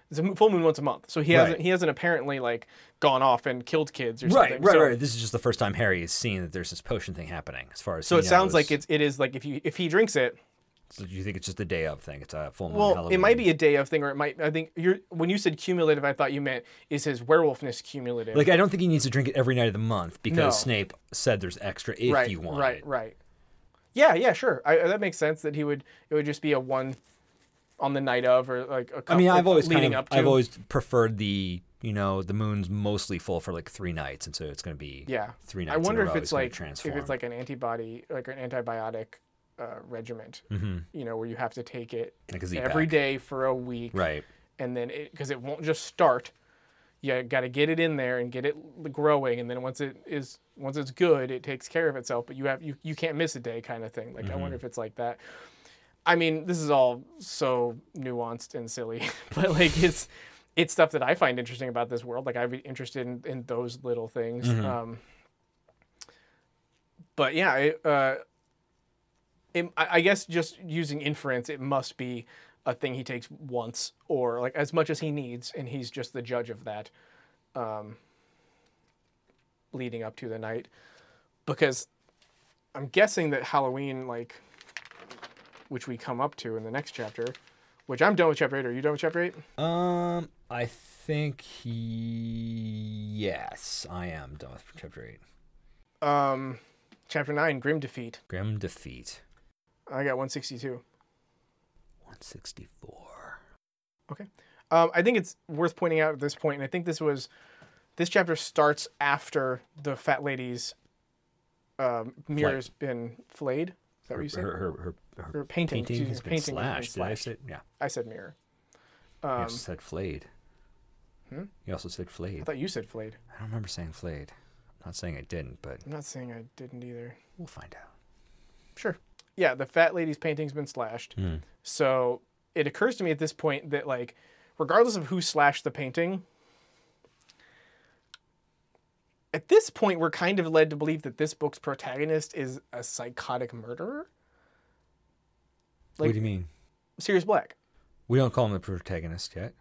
[SPEAKER 1] It's a mo- full moon once a month, so he
[SPEAKER 2] Right.
[SPEAKER 1] hasn't he hasn't apparently like gone off and killed kids or something.
[SPEAKER 2] Right, right,
[SPEAKER 1] so,
[SPEAKER 2] right. This is just the first time Harry is seeing that there's this potion thing happening. As far as
[SPEAKER 1] So
[SPEAKER 2] he
[SPEAKER 1] it sounds
[SPEAKER 2] knows.
[SPEAKER 1] like it's it is like if you if he drinks it,
[SPEAKER 2] So do you think it's just the day of thing? It's a full moon.
[SPEAKER 1] well,
[SPEAKER 2] Halloween.
[SPEAKER 1] it might be a day of thing, or it might. I think you're when you said cumulative, I thought you meant is his werewolfness cumulative.
[SPEAKER 2] Like I don't think he needs to drink it every night of the month because
[SPEAKER 1] No.
[SPEAKER 2] Snape said there's extra if
[SPEAKER 1] right,
[SPEAKER 2] you want
[SPEAKER 1] right,
[SPEAKER 2] it.
[SPEAKER 1] right. Yeah, yeah, sure. I, that makes sense. That he would it would just be a one on the night of, or like a.
[SPEAKER 2] I mean,
[SPEAKER 1] couple-
[SPEAKER 2] I've always
[SPEAKER 1] leading
[SPEAKER 2] kind of,
[SPEAKER 1] up to.
[SPEAKER 2] I've always preferred the you know the moon's mostly full for like three nights, and so it's going to be
[SPEAKER 1] Yeah.
[SPEAKER 2] three nights.
[SPEAKER 1] I wonder
[SPEAKER 2] in a
[SPEAKER 1] if
[SPEAKER 2] row,
[SPEAKER 1] it's
[SPEAKER 2] gonna
[SPEAKER 1] like if
[SPEAKER 2] transform.
[SPEAKER 1] it's like an antibody, like an antibiotic uh, regiment.
[SPEAKER 2] Mm-hmm.
[SPEAKER 1] You know, where you have to take it
[SPEAKER 2] Like a
[SPEAKER 1] every day
[SPEAKER 2] Z-pack.
[SPEAKER 1] for a week,
[SPEAKER 2] right,
[SPEAKER 1] and then because it won't just start. You got to get it in there and get it l- growing, and then once it is once it's good, it takes care of itself. But you have you, you can't miss a day kind of thing. Like I wonder if it's like that. I mean, this is all so nuanced and silly, <laughs> but like it's it's stuff that I find interesting about this world. Like I'd be interested in, in those little things. Um, but yeah, it, uh, it, I I guess just using inference, it must be a thing he takes once or like as much as he needs, and he's just the judge of that. Um, leading up to the night, because I'm guessing that Halloween like which we come up to in the next chapter, which I'm done with chapter eight. Are you done with chapter eight?
[SPEAKER 2] Um, I think he... yes, I am done with chapter eight.
[SPEAKER 1] Um, chapter nine, Grim Defeat.
[SPEAKER 2] Grim defeat.
[SPEAKER 1] I got 162.
[SPEAKER 2] One sixty four.
[SPEAKER 1] Um, I think it's worth pointing out at this point, and I think this was this chapter starts after the fat lady's um, mirror's been flayed. Is that what you said?
[SPEAKER 2] Her, her, her, her
[SPEAKER 1] Or painting.
[SPEAKER 2] painting
[SPEAKER 1] excuse me,
[SPEAKER 2] has been
[SPEAKER 1] painting
[SPEAKER 2] slashed. Did I say- Yeah.
[SPEAKER 1] I said mirror.
[SPEAKER 2] You
[SPEAKER 1] Um, hmm?
[SPEAKER 2] also said flayed. You also said
[SPEAKER 1] I
[SPEAKER 2] flayed.
[SPEAKER 1] thought you said flayed.
[SPEAKER 2] I don't remember saying flayed. I'm not saying I didn't, but
[SPEAKER 1] I'm not saying I didn't either.
[SPEAKER 2] we'll find out.
[SPEAKER 1] Sure. Yeah, the fat lady's painting's been slashed. So it occurs to me at this point that, like, regardless of who slashed the painting, at this point, we're kind of led to believe that this book's protagonist is a psychotic murderer.
[SPEAKER 2] what
[SPEAKER 1] Like-
[SPEAKER 2] do you mean?
[SPEAKER 1] Sirius Black.
[SPEAKER 2] We don't call him the protagonist yet.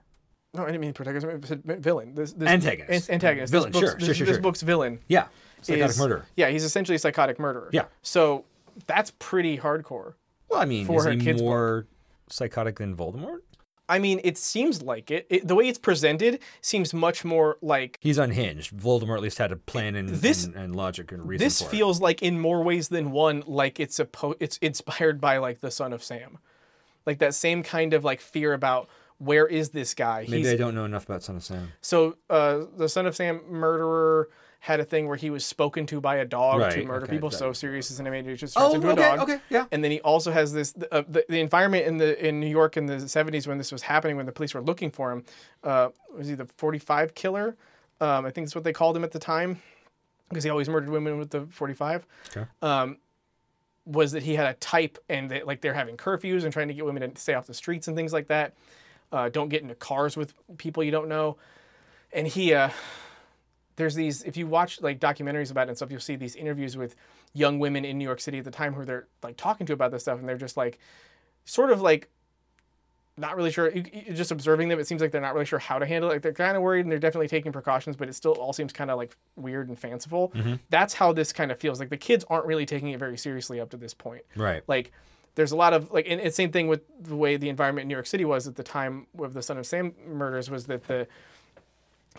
[SPEAKER 1] No, I didn't mean protagonist. I said villain. This, this,
[SPEAKER 2] Antagonist.
[SPEAKER 1] an- antagonist.
[SPEAKER 2] Villain,
[SPEAKER 1] This book's,
[SPEAKER 2] sure,
[SPEAKER 1] this,
[SPEAKER 2] sure, sure,
[SPEAKER 1] This
[SPEAKER 2] sure.
[SPEAKER 1] book's villain.
[SPEAKER 2] Yeah. Psychotic
[SPEAKER 1] is-
[SPEAKER 2] murderer.
[SPEAKER 1] Yeah, he's essentially a psychotic murderer.
[SPEAKER 2] Yeah.
[SPEAKER 1] So that's pretty hardcore.
[SPEAKER 2] Well, I mean,
[SPEAKER 1] For her
[SPEAKER 2] is he
[SPEAKER 1] kid's book.
[SPEAKER 2] more psychotic than Voldemort?
[SPEAKER 1] I mean, it seems like it. it. The way it's presented seems much more like
[SPEAKER 2] He's unhinged. Voldemort at least had a plan and,
[SPEAKER 1] This-
[SPEAKER 2] and, and logic and reason
[SPEAKER 1] this
[SPEAKER 2] for
[SPEAKER 1] feels like in more ways than one like it's a po- it's inspired by like the son of Sam, like that same kind of like fear about where is this guy?
[SPEAKER 2] it. Maybe I don't know enough about Son of Sam.
[SPEAKER 1] So uh, the son of Sam murderer had a thing where he was spoken to by a dog to
[SPEAKER 2] Right,
[SPEAKER 1] murder
[SPEAKER 2] okay,
[SPEAKER 1] people.
[SPEAKER 2] that-
[SPEAKER 1] So Sirius is animated; he just turns into a
[SPEAKER 2] Oh, okay,
[SPEAKER 1] dog.
[SPEAKER 2] okay, yeah.
[SPEAKER 1] And then he also has this the, uh, the, the environment in the in New York in the '70s when this was happening, when the police were looking for him. Uh, was he the '45 killer? Um, I think that's what they called him at the time, because he always murdered women with the '45
[SPEAKER 2] Okay.
[SPEAKER 1] Uh, was that he had a type and that like they're having curfews and trying to get women to stay off the streets and things like that. Uh, don't get into cars with people you don't know. And he, uh, there's these, if you watch like documentaries about it and stuff, you'll see these interviews with young women in New York City at the time who they're like talking to about this stuff. And they're just like, sort of like, not really sure. You, you- just observing them, it seems like they're not really sure how to handle it. Like they're kind of worried and they're definitely taking precautions, but it still all seems kind of like weird and fanciful. That's how this kind of feels. Like the kids aren't really taking it very seriously up to this point
[SPEAKER 2] right.
[SPEAKER 1] like there's a lot of like and, and same thing with the way the environment in New York City was at the time of the Son of Sam murders was that the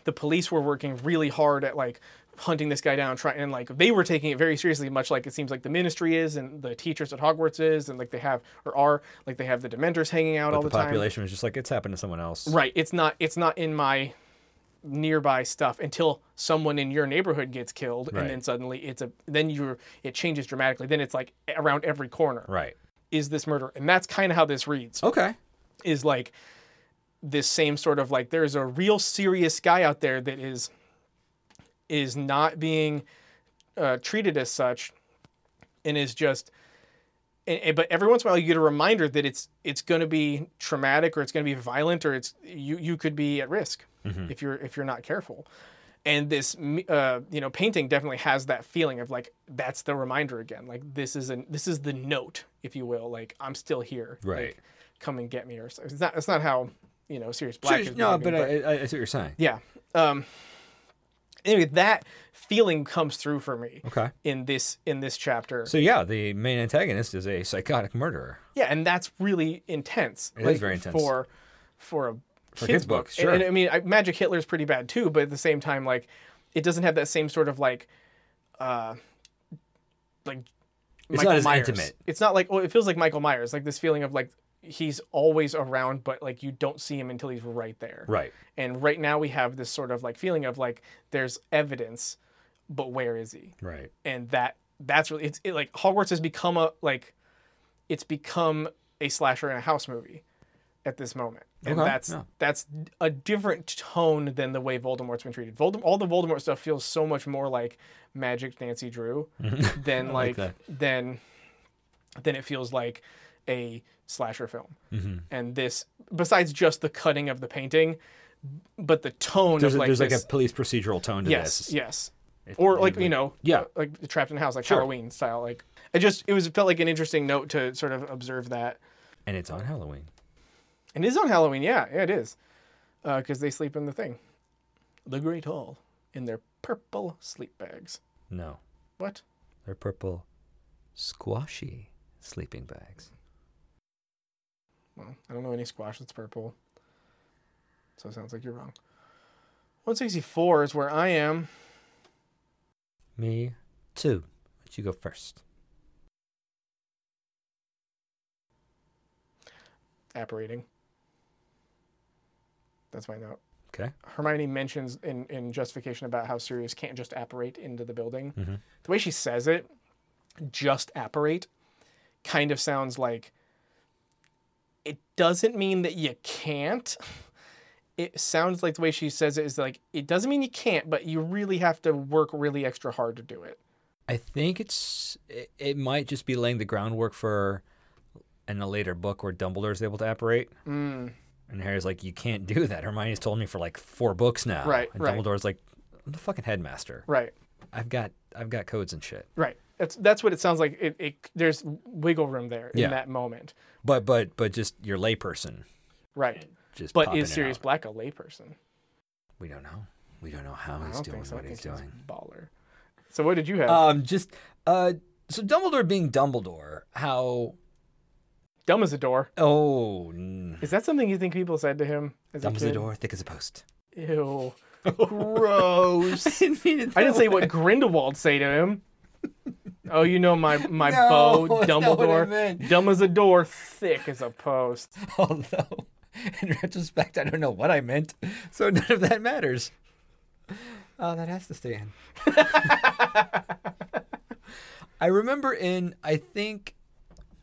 [SPEAKER 1] the police were working really hard at like hunting this guy down trying and like they were taking it very seriously much like it seems like the ministry is and the teachers at Hogwarts is and like they have or are like they have the dementors hanging out all
[SPEAKER 2] the,
[SPEAKER 1] the time
[SPEAKER 2] population was just like, it's happened to someone else.
[SPEAKER 1] Right. It's not it's not in my nearby stuff until someone in your neighborhood gets killed
[SPEAKER 2] Right.
[SPEAKER 1] and then suddenly it's a then you're it changes dramatically. Then it's like around every corner
[SPEAKER 2] Right.
[SPEAKER 1] is this murder? And that's kind of how this reads
[SPEAKER 2] Okay.
[SPEAKER 1] is like this same sort of like there's a real serious guy out there that is is not being uh, treated as such and is just and, and- but every once in a while you get a reminder that it's it's going to be traumatic or it's going to be violent or it's you you could be at risk if you're if you're not careful and this m- uh, you know painting definitely has that feeling of like that's the reminder again like this is an this is the note if you will like i'm still here Like,
[SPEAKER 2] Right.
[SPEAKER 1] come and get me or so. It's not. It's not how you know Sirius Black
[SPEAKER 2] Sure,
[SPEAKER 1] is.
[SPEAKER 2] no, but
[SPEAKER 1] behaving,
[SPEAKER 2] I, I, I see what you're saying.
[SPEAKER 1] yeah. Um, anyway, that feeling comes through for me
[SPEAKER 2] Okay.
[SPEAKER 1] in this in this chapter.
[SPEAKER 2] So yeah, the main antagonist is a psychotic murderer.
[SPEAKER 1] yeah, and that's really intense.
[SPEAKER 2] It is very intense.
[SPEAKER 1] for for a
[SPEAKER 2] For
[SPEAKER 1] kids
[SPEAKER 2] kids' book,
[SPEAKER 1] And- And,
[SPEAKER 2] sure.
[SPEAKER 1] I mean, I, Magic Hitler is pretty bad too, but at the same time, like it doesn't have that same sort of like, uh, like.
[SPEAKER 2] It's
[SPEAKER 1] Michael
[SPEAKER 2] not as
[SPEAKER 1] Myers.
[SPEAKER 2] intimate.
[SPEAKER 1] It's not like well, it feels like Michael Myers, like this feeling of like he's always around, but like you don't see him until he's right there.
[SPEAKER 2] Right.
[SPEAKER 1] And right now we have this sort of like feeling of like there's evidence, but where is he?
[SPEAKER 2] Right.
[SPEAKER 1] And that that's really it's it, like Hogwarts has become a like it's become a slasher and a house movie at this moment. And
[SPEAKER 2] Okay,
[SPEAKER 1] that's
[SPEAKER 2] yeah.
[SPEAKER 1] that's a different tone than the way Voldemort's been treated. Voldem- all the Voldemort stuff feels so much more like Magic Nancy
[SPEAKER 2] <laughs>
[SPEAKER 1] Drew than like,
[SPEAKER 2] that.
[SPEAKER 1] than than it feels like a slasher film.
[SPEAKER 2] Mm-hmm.
[SPEAKER 1] And this besides just the cutting of the painting, but the tone
[SPEAKER 2] There's,
[SPEAKER 1] of
[SPEAKER 2] a,
[SPEAKER 1] like
[SPEAKER 2] there's
[SPEAKER 1] this,
[SPEAKER 2] like <laughs> a police procedural tone to
[SPEAKER 1] yes,
[SPEAKER 2] this.
[SPEAKER 1] yes. Or like you know,
[SPEAKER 2] Yeah.
[SPEAKER 1] like trapped in a house, like Halloween style. Like it just it was it felt like an interesting note to sort of observe that.
[SPEAKER 2] And it's on Halloween.
[SPEAKER 1] And it is on Halloween, yeah, yeah, it is, because they sleep in the thing, the Great Hall, in their purple sleep bags.
[SPEAKER 2] No,
[SPEAKER 1] What?
[SPEAKER 2] they're purple, squashy sleeping bags.
[SPEAKER 1] Well, I don't know any squash that's purple. So it sounds like you're wrong. 164 is where I am.
[SPEAKER 2] Me too. But you go first.
[SPEAKER 1] Apparating. That's my note.
[SPEAKER 2] Okay.
[SPEAKER 1] Hermione mentions in, in justification about how Sirius can't just apparate into the building.
[SPEAKER 2] Mhm.
[SPEAKER 1] The way she says it, just apparate, kind of sounds like it doesn't mean that you can't. It sounds like the way she says it is like it doesn't mean you can't, but you really have to work really extra hard to do it.
[SPEAKER 2] I think it's it, it might just be laying the groundwork for in a later book where Dumbledore's able to apparate.
[SPEAKER 1] Mm.
[SPEAKER 2] And Harry's like, you can't do that. Hermione's told me for like four books now.
[SPEAKER 1] Right,
[SPEAKER 2] And
[SPEAKER 1] right.
[SPEAKER 2] Dumbledore's like, I'm the fucking headmaster.
[SPEAKER 1] Right.
[SPEAKER 2] I've got I've got codes and shit.
[SPEAKER 1] Right. That's that's what it sounds like. It, it there's wiggle room there in
[SPEAKER 2] Yeah.
[SPEAKER 1] that moment.
[SPEAKER 2] But but but just your layperson
[SPEAKER 1] Right.
[SPEAKER 2] just.
[SPEAKER 1] But
[SPEAKER 2] popping
[SPEAKER 1] is
[SPEAKER 2] it
[SPEAKER 1] Sirius
[SPEAKER 2] out.
[SPEAKER 1] Black a layperson?
[SPEAKER 2] We don't know. We don't know how
[SPEAKER 1] I
[SPEAKER 2] he's
[SPEAKER 1] don't
[SPEAKER 2] doing
[SPEAKER 1] think so.
[SPEAKER 2] what
[SPEAKER 1] I
[SPEAKER 2] he's
[SPEAKER 1] think
[SPEAKER 2] doing.
[SPEAKER 1] baller. So what did you have?
[SPEAKER 2] Um, just uh, so Dumbledore being Dumbledore, how
[SPEAKER 1] Dumb as a door.
[SPEAKER 2] oh, n-
[SPEAKER 1] Is that something you think people said to him as
[SPEAKER 2] Dumb
[SPEAKER 1] a
[SPEAKER 2] as
[SPEAKER 1] kid?
[SPEAKER 2] a door, thick as a <laughs> post.
[SPEAKER 1] Ew. Gross.
[SPEAKER 2] didn't mean it.
[SPEAKER 1] I didn't say what Grindelwald say to him. Oh, you know my my
[SPEAKER 2] No,
[SPEAKER 1] bow,
[SPEAKER 2] that's not what <laughs> I
[SPEAKER 1] Dumbledore,
[SPEAKER 2] meant.
[SPEAKER 1] dumb as a door, thick as a post.
[SPEAKER 2] <laughs> although in retrospect, I don't know what I meant, so none of that matters. Oh, that has to stay in. <laughs> I remember in I think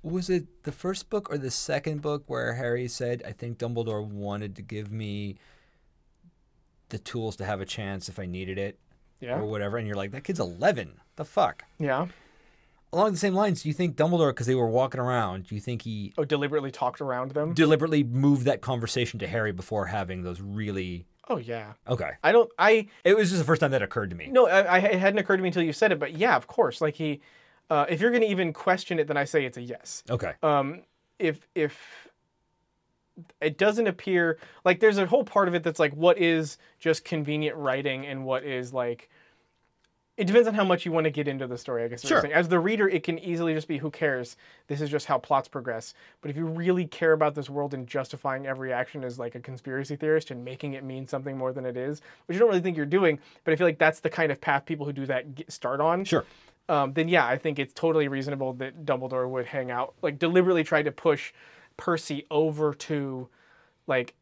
[SPEAKER 2] was it the first book or the second book where Harry said, "I think Dumbledore wanted to give me the tools to have a chance if I needed it or
[SPEAKER 1] Yeah,
[SPEAKER 2] whatever," and you're like, "That kid's 11. The fuck."
[SPEAKER 1] yeah.
[SPEAKER 2] Along the same lines, do you think Dumbledore, because they were walking around, do you think he
[SPEAKER 1] Oh, deliberately talked around them.
[SPEAKER 2] deliberately move that conversation to Harry before having those really
[SPEAKER 1] Oh yeah.
[SPEAKER 2] okay.
[SPEAKER 1] I don't. I
[SPEAKER 2] It was just the first time that occurred to me.
[SPEAKER 1] no. I, I it hadn't occurred to me until you said it. But yeah, of course. Like he, uh, if you're gonna even question it, then I say it's a yes.
[SPEAKER 2] Okay.
[SPEAKER 1] um, if if it doesn't appear like there's a whole part of it that's like what is just convenient writing and what is like it depends on how much you want to get into the story i guess is what I'm
[SPEAKER 2] Sure.
[SPEAKER 1] saying. as the reader it can easily just be who cares this is just how plots progress but if you really care about this world and justifying every action as like a conspiracy theorist and making it mean something more than it is which you don't really think you're doing but i feel like that's the kind of path people who do that get, start on
[SPEAKER 2] Sure.
[SPEAKER 1] um, then yeah, I think it's totally reasonable that Dumbledore would hang out, like deliberately try to push Percy over to like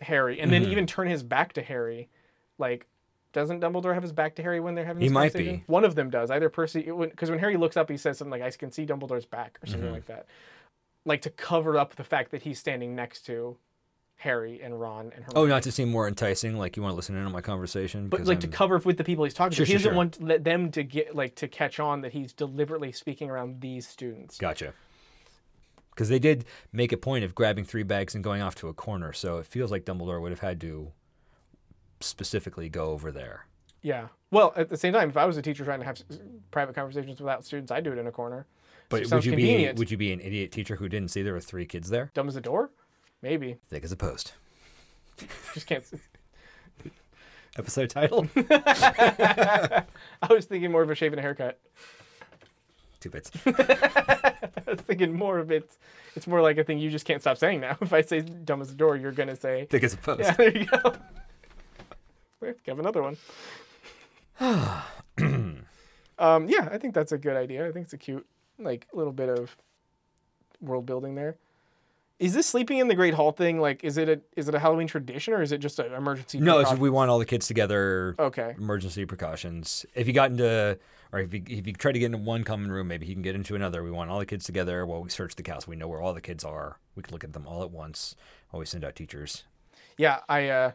[SPEAKER 1] Harry, and
[SPEAKER 2] Mm-hmm.
[SPEAKER 1] then even turn his back to Harry. Like, doesn't Dumbledore have his back to Harry when they're having?
[SPEAKER 2] He
[SPEAKER 1] this
[SPEAKER 2] might
[SPEAKER 1] conversation?
[SPEAKER 2] be.
[SPEAKER 1] One of them does. Either Percy, because when Harry looks up, he says something like, "I can see Dumbledore's back" or
[SPEAKER 2] Mm-hmm.
[SPEAKER 1] something like that, like to cover up the fact that he's standing next to Harry and Ron and Hermione.
[SPEAKER 2] Oh, not to seem more enticing, like you want to listen in on my conversation,
[SPEAKER 1] But like to cover with the people he's talking
[SPEAKER 2] Sure,
[SPEAKER 1] to, he doesn't
[SPEAKER 2] sure, sure.
[SPEAKER 1] want to let them to get like to catch on that he's deliberately speaking around these students.
[SPEAKER 2] gotcha. Because they did make a point of grabbing three bags and going off to a corner, so it feels like Dumbledore would have had to specifically go over there.
[SPEAKER 1] Yeah. Well, at the same time, if I was a teacher trying to have s- private conversations without students, I'd do it in a corner.
[SPEAKER 2] But would
[SPEAKER 1] sounds
[SPEAKER 2] you
[SPEAKER 1] convenient.
[SPEAKER 2] be would you be an idiot teacher who didn't see there were three kids there?
[SPEAKER 1] Dumb as a door? Maybe.
[SPEAKER 2] Thick as a post.
[SPEAKER 1] Just can't. s- <laughs>
[SPEAKER 2] Episode title.
[SPEAKER 1] I was thinking more of a shave and a haircut. <laughs>
[SPEAKER 2] Two bits.
[SPEAKER 1] I was thinking more of it. It's more like a thing you just can't stop saying now. <laughs> If I say dumb as a door, you're going to say,
[SPEAKER 2] Thick as a
[SPEAKER 1] <laughs>
[SPEAKER 2] post.
[SPEAKER 1] yeah, there you go. Well, Give another
[SPEAKER 2] <sighs>
[SPEAKER 1] one. um, yeah, I think that's a good idea. I think it's a cute, like, little bit of world building there. Is this sleeping in the Great Hall thing like? Is it a is it a Halloween tradition or is it just an emergency?
[SPEAKER 2] No, it's,
[SPEAKER 1] precaution?
[SPEAKER 2] we want all the kids together.
[SPEAKER 1] Okay.
[SPEAKER 2] emergency precautions. If you got into, or if you, if you try to get into one common room, maybe he can get into another. We want all the kids together. Well, we search the house. We know where all the kids are. We can look at them all at once. Always send out teachers.
[SPEAKER 1] Yeah, I uh,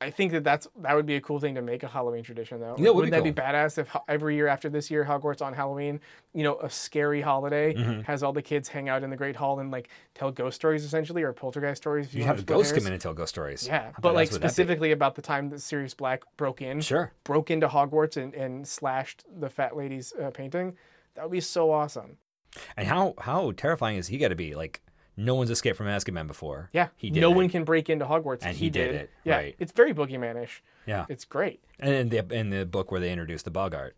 [SPEAKER 1] I think that that's that would be a cool thing to make a Halloween tradition though.
[SPEAKER 2] Yeah, it would
[SPEAKER 1] Wouldn't
[SPEAKER 2] be
[SPEAKER 1] that be badass if ho- every year after this year Hogwarts on Halloween, you know, a scary holiday
[SPEAKER 2] Mm-hmm.
[SPEAKER 1] has all the kids hang out in the Great Hall and like tell ghost stories essentially or poltergeist stories. If
[SPEAKER 2] You
[SPEAKER 1] want
[SPEAKER 2] have
[SPEAKER 1] to
[SPEAKER 2] the
[SPEAKER 1] split
[SPEAKER 2] ghosts come
[SPEAKER 1] hairs.
[SPEAKER 2] in and tell ghost stories.
[SPEAKER 1] Yeah,
[SPEAKER 2] How
[SPEAKER 1] but
[SPEAKER 2] badass
[SPEAKER 1] like
[SPEAKER 2] would that be?
[SPEAKER 1] specifically about the time that Sirius Black broke in,
[SPEAKER 2] Sure.
[SPEAKER 1] broke into Hogwarts and, and slashed the fat lady's uh, painting. That would be so awesome.
[SPEAKER 2] And how how terrifying is he got to be? Like no one's escaped from Azkaban before.
[SPEAKER 1] Yeah,
[SPEAKER 2] he did.
[SPEAKER 1] no
[SPEAKER 2] it.
[SPEAKER 1] one can break into Hogwarts,
[SPEAKER 2] And he did it,
[SPEAKER 1] Yeah,
[SPEAKER 2] right.
[SPEAKER 1] it's very boogeymanish.
[SPEAKER 2] Yeah,
[SPEAKER 1] It's great.
[SPEAKER 2] and in the in the book where they introduced the Bogart,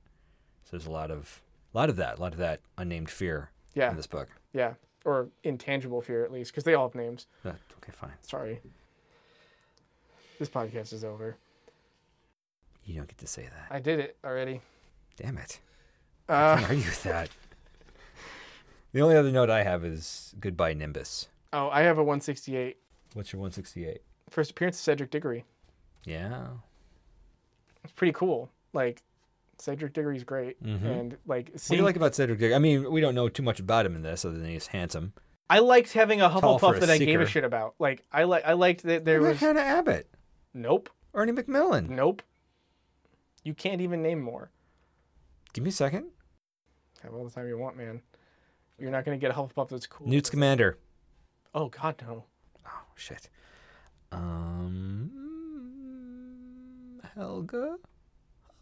[SPEAKER 2] so there's a lot of a lot of that, a lot of that unnamed fear
[SPEAKER 1] Yeah.
[SPEAKER 2] in this book.
[SPEAKER 1] Yeah, or intangible fear at least, because they all have names.
[SPEAKER 2] Uh, okay, fine.
[SPEAKER 1] Sorry. This podcast is over.
[SPEAKER 2] You don't get to say that.
[SPEAKER 1] I did it already.
[SPEAKER 2] Damn it.
[SPEAKER 1] <laughs> Uh,
[SPEAKER 2] How are you with that? The only other note I have is goodbye Nimbus.
[SPEAKER 1] oh, I have a 168.
[SPEAKER 2] What's your 168?
[SPEAKER 1] First appearance of Cedric Diggory.
[SPEAKER 2] Yeah.
[SPEAKER 1] It's pretty cool. Like Cedric Diggory's great, and like
[SPEAKER 2] Mm-hmm. What do
[SPEAKER 1] seeing,
[SPEAKER 2] you like about Cedric Diggory? I mean, we don't know too much about him in this other than he's handsome.
[SPEAKER 1] I liked having a
[SPEAKER 2] Tall for
[SPEAKER 1] Hufflepuff
[SPEAKER 2] a
[SPEAKER 1] that I gave a
[SPEAKER 2] seeker.
[SPEAKER 1] shit about. Like I like I liked that there
[SPEAKER 2] What
[SPEAKER 1] was Mm.
[SPEAKER 2] about Hannah Abbott?
[SPEAKER 1] nope,
[SPEAKER 2] Ernie McMillan?
[SPEAKER 1] nope. You can't even name more.
[SPEAKER 2] Give me a second.
[SPEAKER 1] Have all the time you want, man. You're not gonna get a Hufflepuff that's cool.
[SPEAKER 2] Newt's Commander.
[SPEAKER 1] oh God, no.
[SPEAKER 2] Oh, shit. Um, Helga?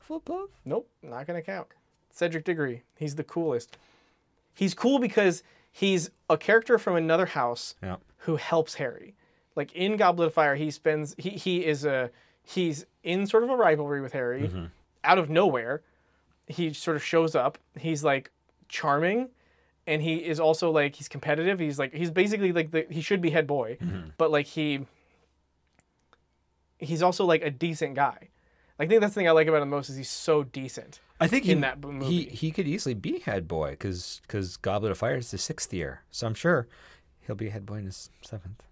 [SPEAKER 2] Hufflepuff?
[SPEAKER 1] Nope, not gonna count. Cedric Diggory, he's the coolest. He's cool because he's a character from another house
[SPEAKER 2] Yeah.
[SPEAKER 1] who helps Harry. Like in Goblet of Fire, he spends he he is a he's in sort of a rivalry with Harry. Out of nowhere, he sort of shows up. He's like charming, and he is also like he's competitive. He's like he's basically like the he should be head boy, but like he he's also like a decent guy. I think that's the thing I like about him most is he's so decent.
[SPEAKER 2] I think he,
[SPEAKER 1] in that b- movie.
[SPEAKER 2] he he could easily be head boy because Goblet of Fire is the sixth year, so I'm sure he'll be head boy in his seventh.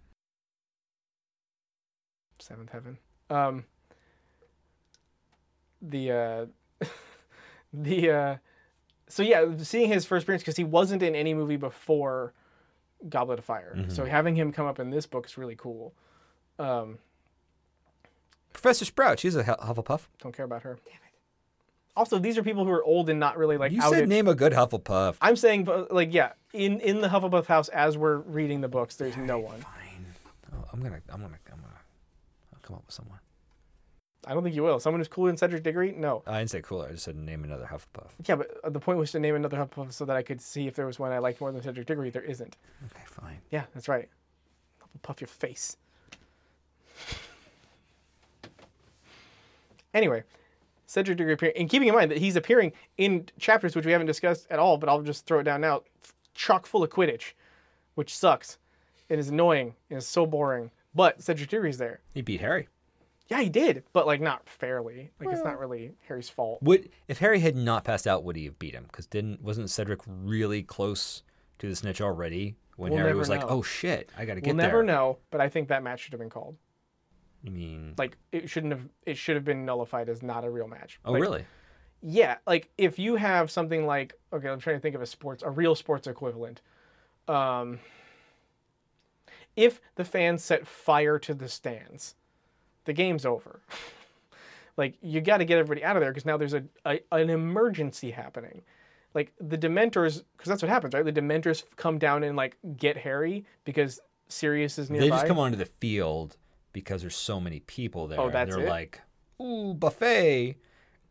[SPEAKER 1] Seventh Heaven. Um, the uh, <laughs> the uh, so yeah, seeing his first appearance because he wasn't in any movie before Goblet of Fire. So
[SPEAKER 2] Mm-hmm.
[SPEAKER 1] having him come up in this book is really cool. Um,
[SPEAKER 2] Professor Sprout, she's a Hu- Hufflepuff.
[SPEAKER 1] don't care about her. Damn it. Also, these are people who are old and not really like
[SPEAKER 2] You
[SPEAKER 1] outed.
[SPEAKER 2] said name a good Hufflepuff.
[SPEAKER 1] I'm saying, but, like, yeah, in in the Hufflepuff house as we're reading the books, there's no one.
[SPEAKER 2] Fine. Oh, I'm gonna I'm gonna I'm gonna I'll come up with someone.
[SPEAKER 1] I don't think you will. Someone who's cooler than Cedric Diggory? No.
[SPEAKER 2] I didn't say cooler. I just said name another Hufflepuff.
[SPEAKER 1] Yeah, but uh, the point was to name another Hufflepuff so that I could see if there was one I liked more than Cedric Diggory. There isn't.
[SPEAKER 2] Okay, fine.
[SPEAKER 1] Yeah, that's right. Puff your face. <laughs> Anyway, Cedric Diggory appearing, and keeping in mind that he's appearing in chapters which we haven't discussed at all, but I'll just throw it down now, chock full of Quidditch, which sucks. It is annoying. It is so boring. But Cedric Diggory's there.
[SPEAKER 2] He beat Harry.
[SPEAKER 1] Yeah, he did, but like not fairly. Like it's not really Harry's fault.
[SPEAKER 2] Would if Harry had not passed out, would he have beat him? Because didn't wasn't Cedric really close to the snitch already when
[SPEAKER 1] We'll
[SPEAKER 2] Harry
[SPEAKER 1] never
[SPEAKER 2] was like,
[SPEAKER 1] know.
[SPEAKER 2] oh shit, I gotta
[SPEAKER 1] We'll
[SPEAKER 2] get
[SPEAKER 1] never
[SPEAKER 2] there.
[SPEAKER 1] know, but I think that match should have been called.
[SPEAKER 2] I mean,
[SPEAKER 1] Like it shouldn't have. It should have been nullified as not a real match.
[SPEAKER 2] oh
[SPEAKER 1] Like,
[SPEAKER 2] really?
[SPEAKER 1] Yeah, like if you have something like okay, I'm trying to think of a sports, a real sports equivalent. Um, if the fans set fire to the stands, the game's over. <laughs> like you got to get everybody out of there because now there's a, a an emergency happening. Like the Dementors, because that's what happens, right? The Dementors come down and like get Harry because Sirius is nearby.
[SPEAKER 2] They just come onto the field because there's so many people there.
[SPEAKER 1] Oh, that's
[SPEAKER 2] and they're
[SPEAKER 1] it?
[SPEAKER 2] like, ooh, buffet.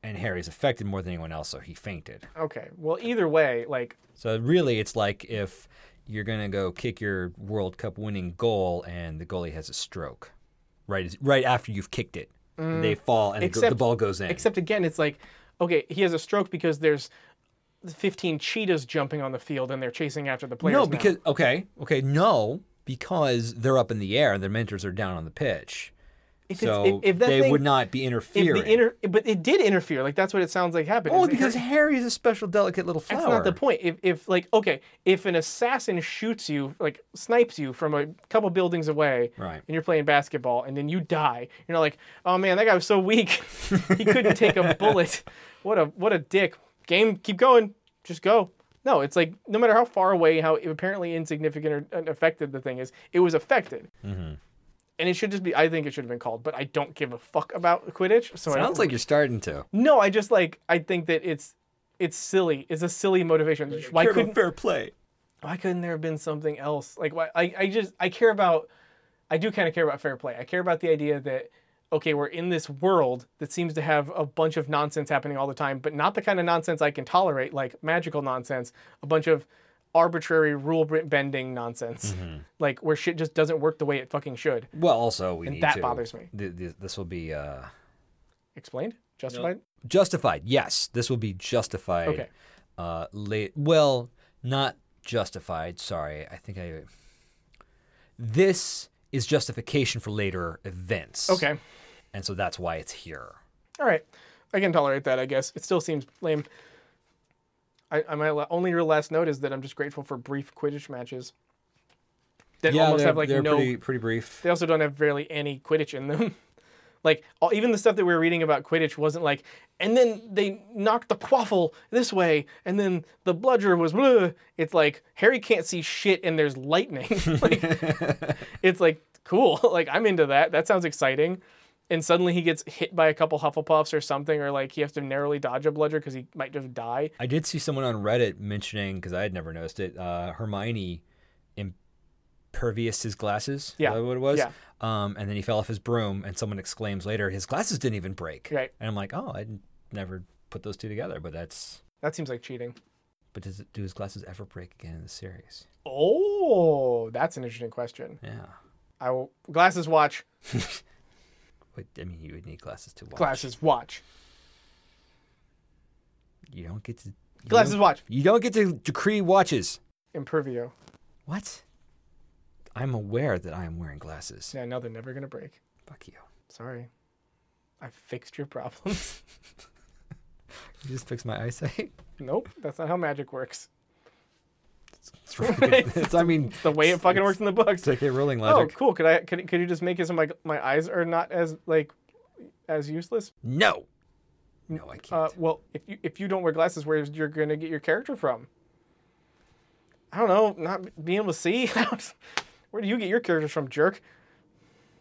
[SPEAKER 2] And Harry's affected more than anyone else, so he fainted.
[SPEAKER 1] Okay, well either way, like
[SPEAKER 2] So really, it's like if you're gonna go kick your World Cup winning goal and the goalie has a stroke, right? as- Right after you've kicked it, and they fall and it go- the
[SPEAKER 1] Mm. Except-
[SPEAKER 2] ball goes in.
[SPEAKER 1] Except again, it's like, okay, he has a stroke because there's 15 cheetahs jumping on the field and they're chasing after the players.
[SPEAKER 2] no,
[SPEAKER 1] now.
[SPEAKER 2] because okay, okay, no, because they're up in the air and their mentors are down on the pitch,
[SPEAKER 1] if it's-
[SPEAKER 2] so
[SPEAKER 1] if, if that
[SPEAKER 2] they
[SPEAKER 1] thing,
[SPEAKER 2] would not be
[SPEAKER 1] if
[SPEAKER 2] interfering.
[SPEAKER 1] the inter, but it did interfere. Like that's what it sounds like happened. Is
[SPEAKER 2] Only
[SPEAKER 1] it-
[SPEAKER 2] because Harry is a special, delicate little flower.
[SPEAKER 1] that's not the point. If, if like okay, if an assassin shoots you, like snipes you from a couple buildings away,
[SPEAKER 2] Right.
[SPEAKER 1] and you're playing basketball, and then you die, you're not like, oh man, that guy was so weak, <laughs> he couldn't take a bullet. What a what a dick. Game, keep going, just go. No, it's like no matter how far away, how apparently insignificant or unaffected the thing is, it was affected.
[SPEAKER 2] Mm-hmm.
[SPEAKER 1] And it should just be. I think it should have been called, but I don't give a fuck about Quidditch. So I don't
[SPEAKER 2] Sounds like you're starting to.
[SPEAKER 1] no, I just like I think that it's it's silly. It's a silly motivation. Why
[SPEAKER 2] Care about
[SPEAKER 1] couldn't
[SPEAKER 2] fair play?
[SPEAKER 1] why couldn't there have been something else? Like why I, I just I care about I do kind of care about fair play. I care about the idea that okay, we're in this world that seems to have a bunch of nonsense happening all the time, but not the kind of nonsense I can tolerate, like magical nonsense, a bunch of arbitrary rule bending nonsense. Like where shit just doesn't work the way it fucking should.
[SPEAKER 2] Well, also we need
[SPEAKER 1] that
[SPEAKER 2] to-
[SPEAKER 1] bothers me.
[SPEAKER 2] th- th- this will be uh,
[SPEAKER 1] Explained? Justified?
[SPEAKER 2] justified. Yes, this will be justified.
[SPEAKER 1] Okay.
[SPEAKER 2] Uh, late. Well, not justified. Sorry, I think I. This is justification for later events.
[SPEAKER 1] Okay.
[SPEAKER 2] And so that's why it's here.
[SPEAKER 1] All right. I can tolerate that, I guess. It still seems lame. I, I my la- only real last note is that I'm just grateful for brief Quidditch matches that almost have like no.
[SPEAKER 2] pretty, pretty brief.
[SPEAKER 1] They also don't have barely any Quidditch in them. <laughs> like all, even the stuff that we were reading about Quidditch wasn't like, and then they knocked the quaffle this way, and then the bludger was. Bleh. It's like Harry can't see shit, and there's lightning. <laughs> like, it's like cool. <laughs> like I'm into that. That sounds exciting. And suddenly he gets hit by a couple Hufflepuffs or something, or like he has to narrowly dodge a bludger because he might just die.
[SPEAKER 2] I did see someone on Reddit mentioning because I had never noticed it. Uh, Hermione impervious his glasses. Is
[SPEAKER 1] Yeah.
[SPEAKER 2] that what it was.
[SPEAKER 1] Yeah.
[SPEAKER 2] Um, and then he fell off his broom, and someone exclaims later, "His glasses didn't even break."
[SPEAKER 1] Right.
[SPEAKER 2] And I'm like, "Oh, I never put those two together." But that's.
[SPEAKER 1] That seems like cheating.
[SPEAKER 2] But does it, do his glasses ever break again in the series?
[SPEAKER 1] Oh, that's an interesting question.
[SPEAKER 2] Yeah.
[SPEAKER 1] I will glasses watch.
[SPEAKER 2] But I mean, you would need glasses to watch.
[SPEAKER 1] Glasses watch.
[SPEAKER 2] You don't get to. you
[SPEAKER 1] Glasses
[SPEAKER 2] don't-
[SPEAKER 1] watch.
[SPEAKER 2] You don't get to decree watches.
[SPEAKER 1] Impervio.
[SPEAKER 2] What? I'm aware that I am wearing glasses.
[SPEAKER 1] Yeah, no, they're never gonna break.
[SPEAKER 2] Fuck you.
[SPEAKER 1] Sorry. I fixed your problem. <laughs>
[SPEAKER 2] You just fixed my eyesight. <laughs>
[SPEAKER 1] nope, that's not how magic works.
[SPEAKER 2] It's really good. It's-
[SPEAKER 1] <laughs>
[SPEAKER 2] I mean,
[SPEAKER 1] The way it fucking works in the books.
[SPEAKER 2] it's like a rolling
[SPEAKER 1] Oh,
[SPEAKER 2] logic.
[SPEAKER 1] cool. Could I could, could you just make it so my my eyes are not as like as useless?
[SPEAKER 2] No. No, I can't.
[SPEAKER 1] Uh, well, if you if you don't wear glasses, where's you're gonna get your character from? I don't know. Not being able to see. <laughs> Where do you get your characters from, jerk?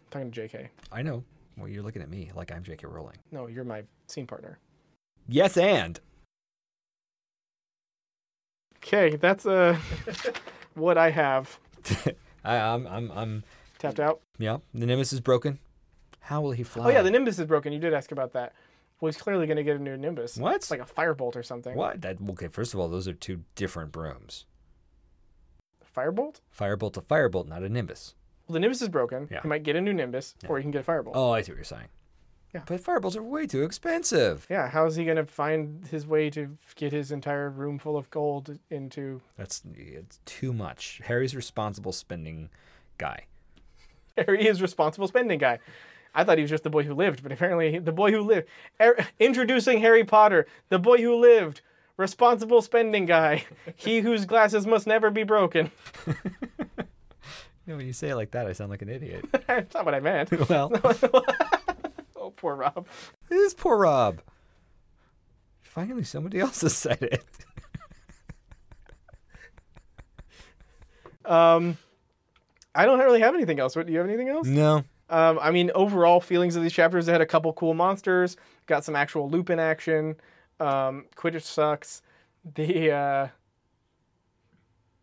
[SPEAKER 1] I'm talking to J.K.
[SPEAKER 2] I know. Well, you're looking at me like I'm J.K. Rowling.
[SPEAKER 1] No, you're my scene partner.
[SPEAKER 2] Yes, and <laughs>
[SPEAKER 1] Okay, that's uh <laughs> what I have
[SPEAKER 2] I, I'm, I'm, I'm.
[SPEAKER 1] tapped out.
[SPEAKER 2] Yeah, the Nimbus is broken. How will he fly?
[SPEAKER 1] Oh yeah, the Nimbus is broken. You did ask about that. Well, he's clearly gonna get a new Nimbus.
[SPEAKER 2] what?
[SPEAKER 1] It's like a firebolt or something.
[SPEAKER 2] what? That okay? First of all, those are two different brooms.
[SPEAKER 1] Firebolt?
[SPEAKER 2] Firebolt to firebolt, not a Nimbus.
[SPEAKER 1] Well, the Nimbus is broken.
[SPEAKER 2] Yeah.
[SPEAKER 1] He might get a new Nimbus, or he can get a firebolt.
[SPEAKER 2] Oh, I see what you're saying.
[SPEAKER 1] Yeah.
[SPEAKER 2] But fireballs are way too expensive.
[SPEAKER 1] Yeah, how is he gonna find his way to get his entire room full of gold into <laughs>
[SPEAKER 2] That's it's too much. Harry's responsible spending guy.
[SPEAKER 1] Harry is responsible spending guy. I thought he was just the boy who lived, but apparently he- the boy who lived. Er, introducing Harry Potter, the boy who lived, responsible spending guy, <laughs> he whose glasses must never be broken. <laughs>
[SPEAKER 2] You know, when you say it like that, I sound like an idiot.
[SPEAKER 1] That's not what I
[SPEAKER 2] <laughs>
[SPEAKER 1] meant.
[SPEAKER 2] well,
[SPEAKER 1] Oh, poor Rob.
[SPEAKER 2] it is poor Rob. Finally, somebody else has said it.
[SPEAKER 1] Um, I don't really have anything else. What do you have anything else?
[SPEAKER 2] No.
[SPEAKER 1] Um, I mean, overall feelings of these chapters. I had a couple cool monsters. Got some actual Lupin action. Um, Quidditch sucks. The uh,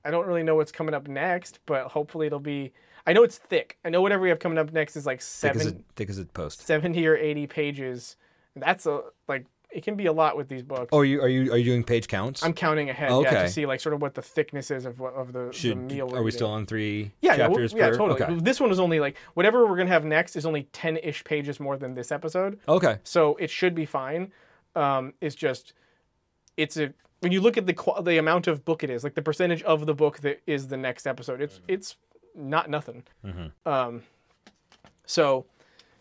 [SPEAKER 1] I don't really know what's coming up next, but hopefully it'll be. I know it's thick. I know whatever we have coming up next is like
[SPEAKER 2] Thick as, a,
[SPEAKER 1] seven,
[SPEAKER 2] thick as a post.
[SPEAKER 1] 70 or eighty pages. That's a like it can be a lot with these books.
[SPEAKER 2] Oh, are you are you are you doing page counts?
[SPEAKER 1] I'm counting ahead yeah,
[SPEAKER 2] Okay.
[SPEAKER 1] to see like sort of what the thickness is of what of the, the
[SPEAKER 2] Should,
[SPEAKER 1] meal. we're
[SPEAKER 2] are we
[SPEAKER 1] eating.
[SPEAKER 2] still on three
[SPEAKER 1] Yeah, yeah, we'll-
[SPEAKER 2] chapters
[SPEAKER 1] yeah,
[SPEAKER 2] per?
[SPEAKER 1] totally.
[SPEAKER 2] Okay.
[SPEAKER 1] This one is only like whatever we're gonna have next is only ten ish pages more than this episode,
[SPEAKER 2] Okay.
[SPEAKER 1] so it should be fine. Um, it's just, it's a when you look at the qua the amount of book it is, like the percentage of the book that is the next episode, it's it's not nothing. Um, so,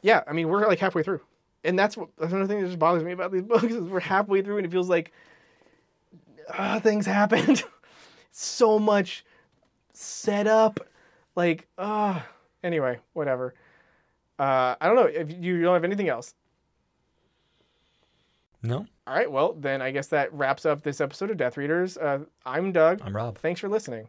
[SPEAKER 1] yeah, I mean we're like halfway through, and that's what that's another thing that just bothers me about these <laughs> books is we're halfway through and it feels like ah, things <laughs> happened, so much set up like uh anyway whatever uh i don't know if you don't have anything else
[SPEAKER 2] No,
[SPEAKER 1] all right well then i guess that wraps up this episode of death readers uh, i'm doug
[SPEAKER 2] I'm Rob.
[SPEAKER 1] Thanks for listening.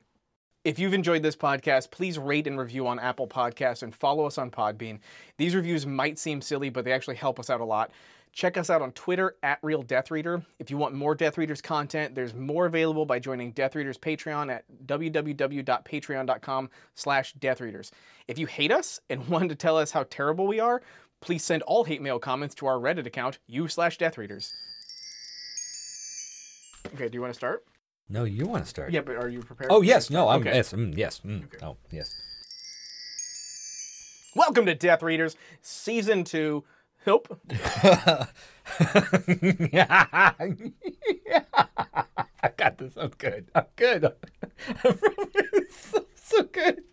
[SPEAKER 1] If you've enjoyed this podcast, please rate and review on Apple Podcasts and follow us on Podbean. These reviews might seem silly, but they actually help us out a lot. Check us out on Twitter at Real Death Reader. If you want more Death Readers content, there's more available by joining Death Readers Patreon at www.patreon.com slash deathreaders. If you hate us and <laughs> want to tell us how terrible we are, please send all hate mail comments to our Reddit account, u slash deathreaders. Okay, do you want to start?
[SPEAKER 2] No, you want to start?
[SPEAKER 1] Yeah, but are you prepared?
[SPEAKER 2] Oh yes, no, I'm
[SPEAKER 1] Okay.
[SPEAKER 2] yes, mm, yes, mm, oh yes. <laughs>
[SPEAKER 1] Welcome to Death Readers, Season 2. Nope.
[SPEAKER 2] I I got this. I'm good. I'm good. <laughs> I'm so, so good.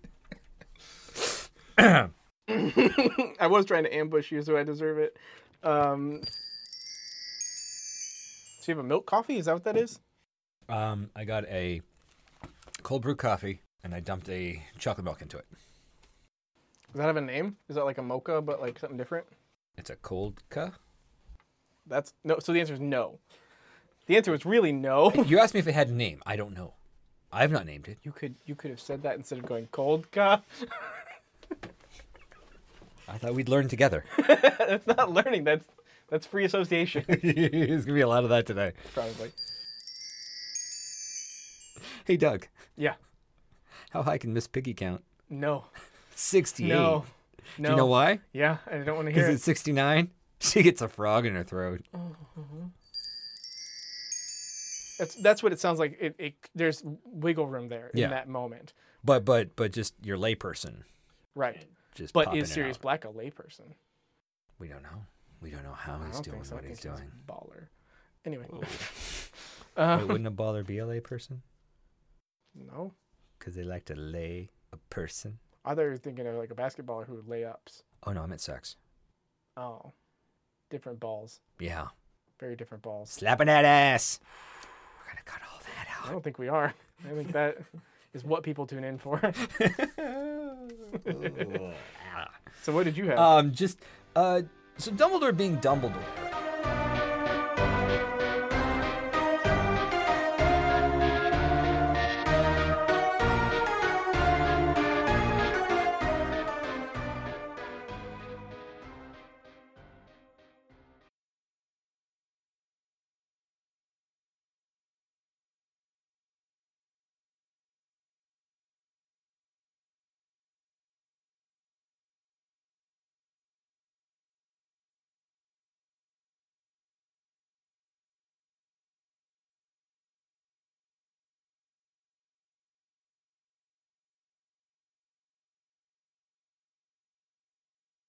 [SPEAKER 1] <laughs> I was trying to ambush you, so I deserve it. Um, so you have a milk coffee? Is that what that is?
[SPEAKER 2] Um, I got a cold brew coffee and I dumped a chocolate milk into it.
[SPEAKER 1] Does that have a name? Is that like a mocha, but like something different?
[SPEAKER 2] It's a cold ca.
[SPEAKER 1] That's no. So the answer is no. The answer was really no. <laughs>
[SPEAKER 2] You asked me if it had a name. I don't know. I have not named it.
[SPEAKER 1] You could you could have said that instead of going cold <laughs> ca.
[SPEAKER 2] I thought we'd
[SPEAKER 1] <laughs>
[SPEAKER 2] learn together.
[SPEAKER 1] that's not learning. That's that's free association <laughs>
[SPEAKER 2] There's gonna be a lot of that today.
[SPEAKER 1] probably.
[SPEAKER 2] Hey Doug,
[SPEAKER 1] Yeah.
[SPEAKER 2] how high can Miss Piggy count?
[SPEAKER 1] No.
[SPEAKER 2] Sixty-eight.
[SPEAKER 1] No. No.
[SPEAKER 2] Do you know why?
[SPEAKER 1] Yeah, I don't want to hear
[SPEAKER 2] Because
[SPEAKER 1] it.
[SPEAKER 2] it's sixty-nine. <laughs> She gets a frog in her throat.
[SPEAKER 1] That's that's what it sounds like. It, it there's wiggle room there in
[SPEAKER 2] Yeah.
[SPEAKER 1] that moment,
[SPEAKER 2] But but but just your layperson.
[SPEAKER 1] right?
[SPEAKER 2] Just
[SPEAKER 1] But
[SPEAKER 2] popping
[SPEAKER 1] is
[SPEAKER 2] it
[SPEAKER 1] Sirius
[SPEAKER 2] out.
[SPEAKER 1] Black a layperson?
[SPEAKER 2] We don't know. We don't know how
[SPEAKER 1] I
[SPEAKER 2] Oh, he's
[SPEAKER 1] don't
[SPEAKER 2] doing
[SPEAKER 1] think so. I
[SPEAKER 2] what he's
[SPEAKER 1] think
[SPEAKER 2] doing.
[SPEAKER 1] baller. Anyway, <laughs>
[SPEAKER 2] Wait,
[SPEAKER 1] um,
[SPEAKER 2] wouldn't a baller be a lay person?
[SPEAKER 1] no,
[SPEAKER 2] Because they like to lay a person.
[SPEAKER 1] I thought you were thinking of like a basketballer who lay ups.
[SPEAKER 2] Oh no, I meant sex.
[SPEAKER 1] Oh, different balls,
[SPEAKER 2] Yeah,
[SPEAKER 1] very different balls.
[SPEAKER 2] slapping that ass. We're gonna cut all that out.
[SPEAKER 1] I don't think we are. I think that is what people tune in
[SPEAKER 2] <laughs>
[SPEAKER 1] for. so what did you have?
[SPEAKER 2] um, just uh, so Dumbledore being Dumbledore.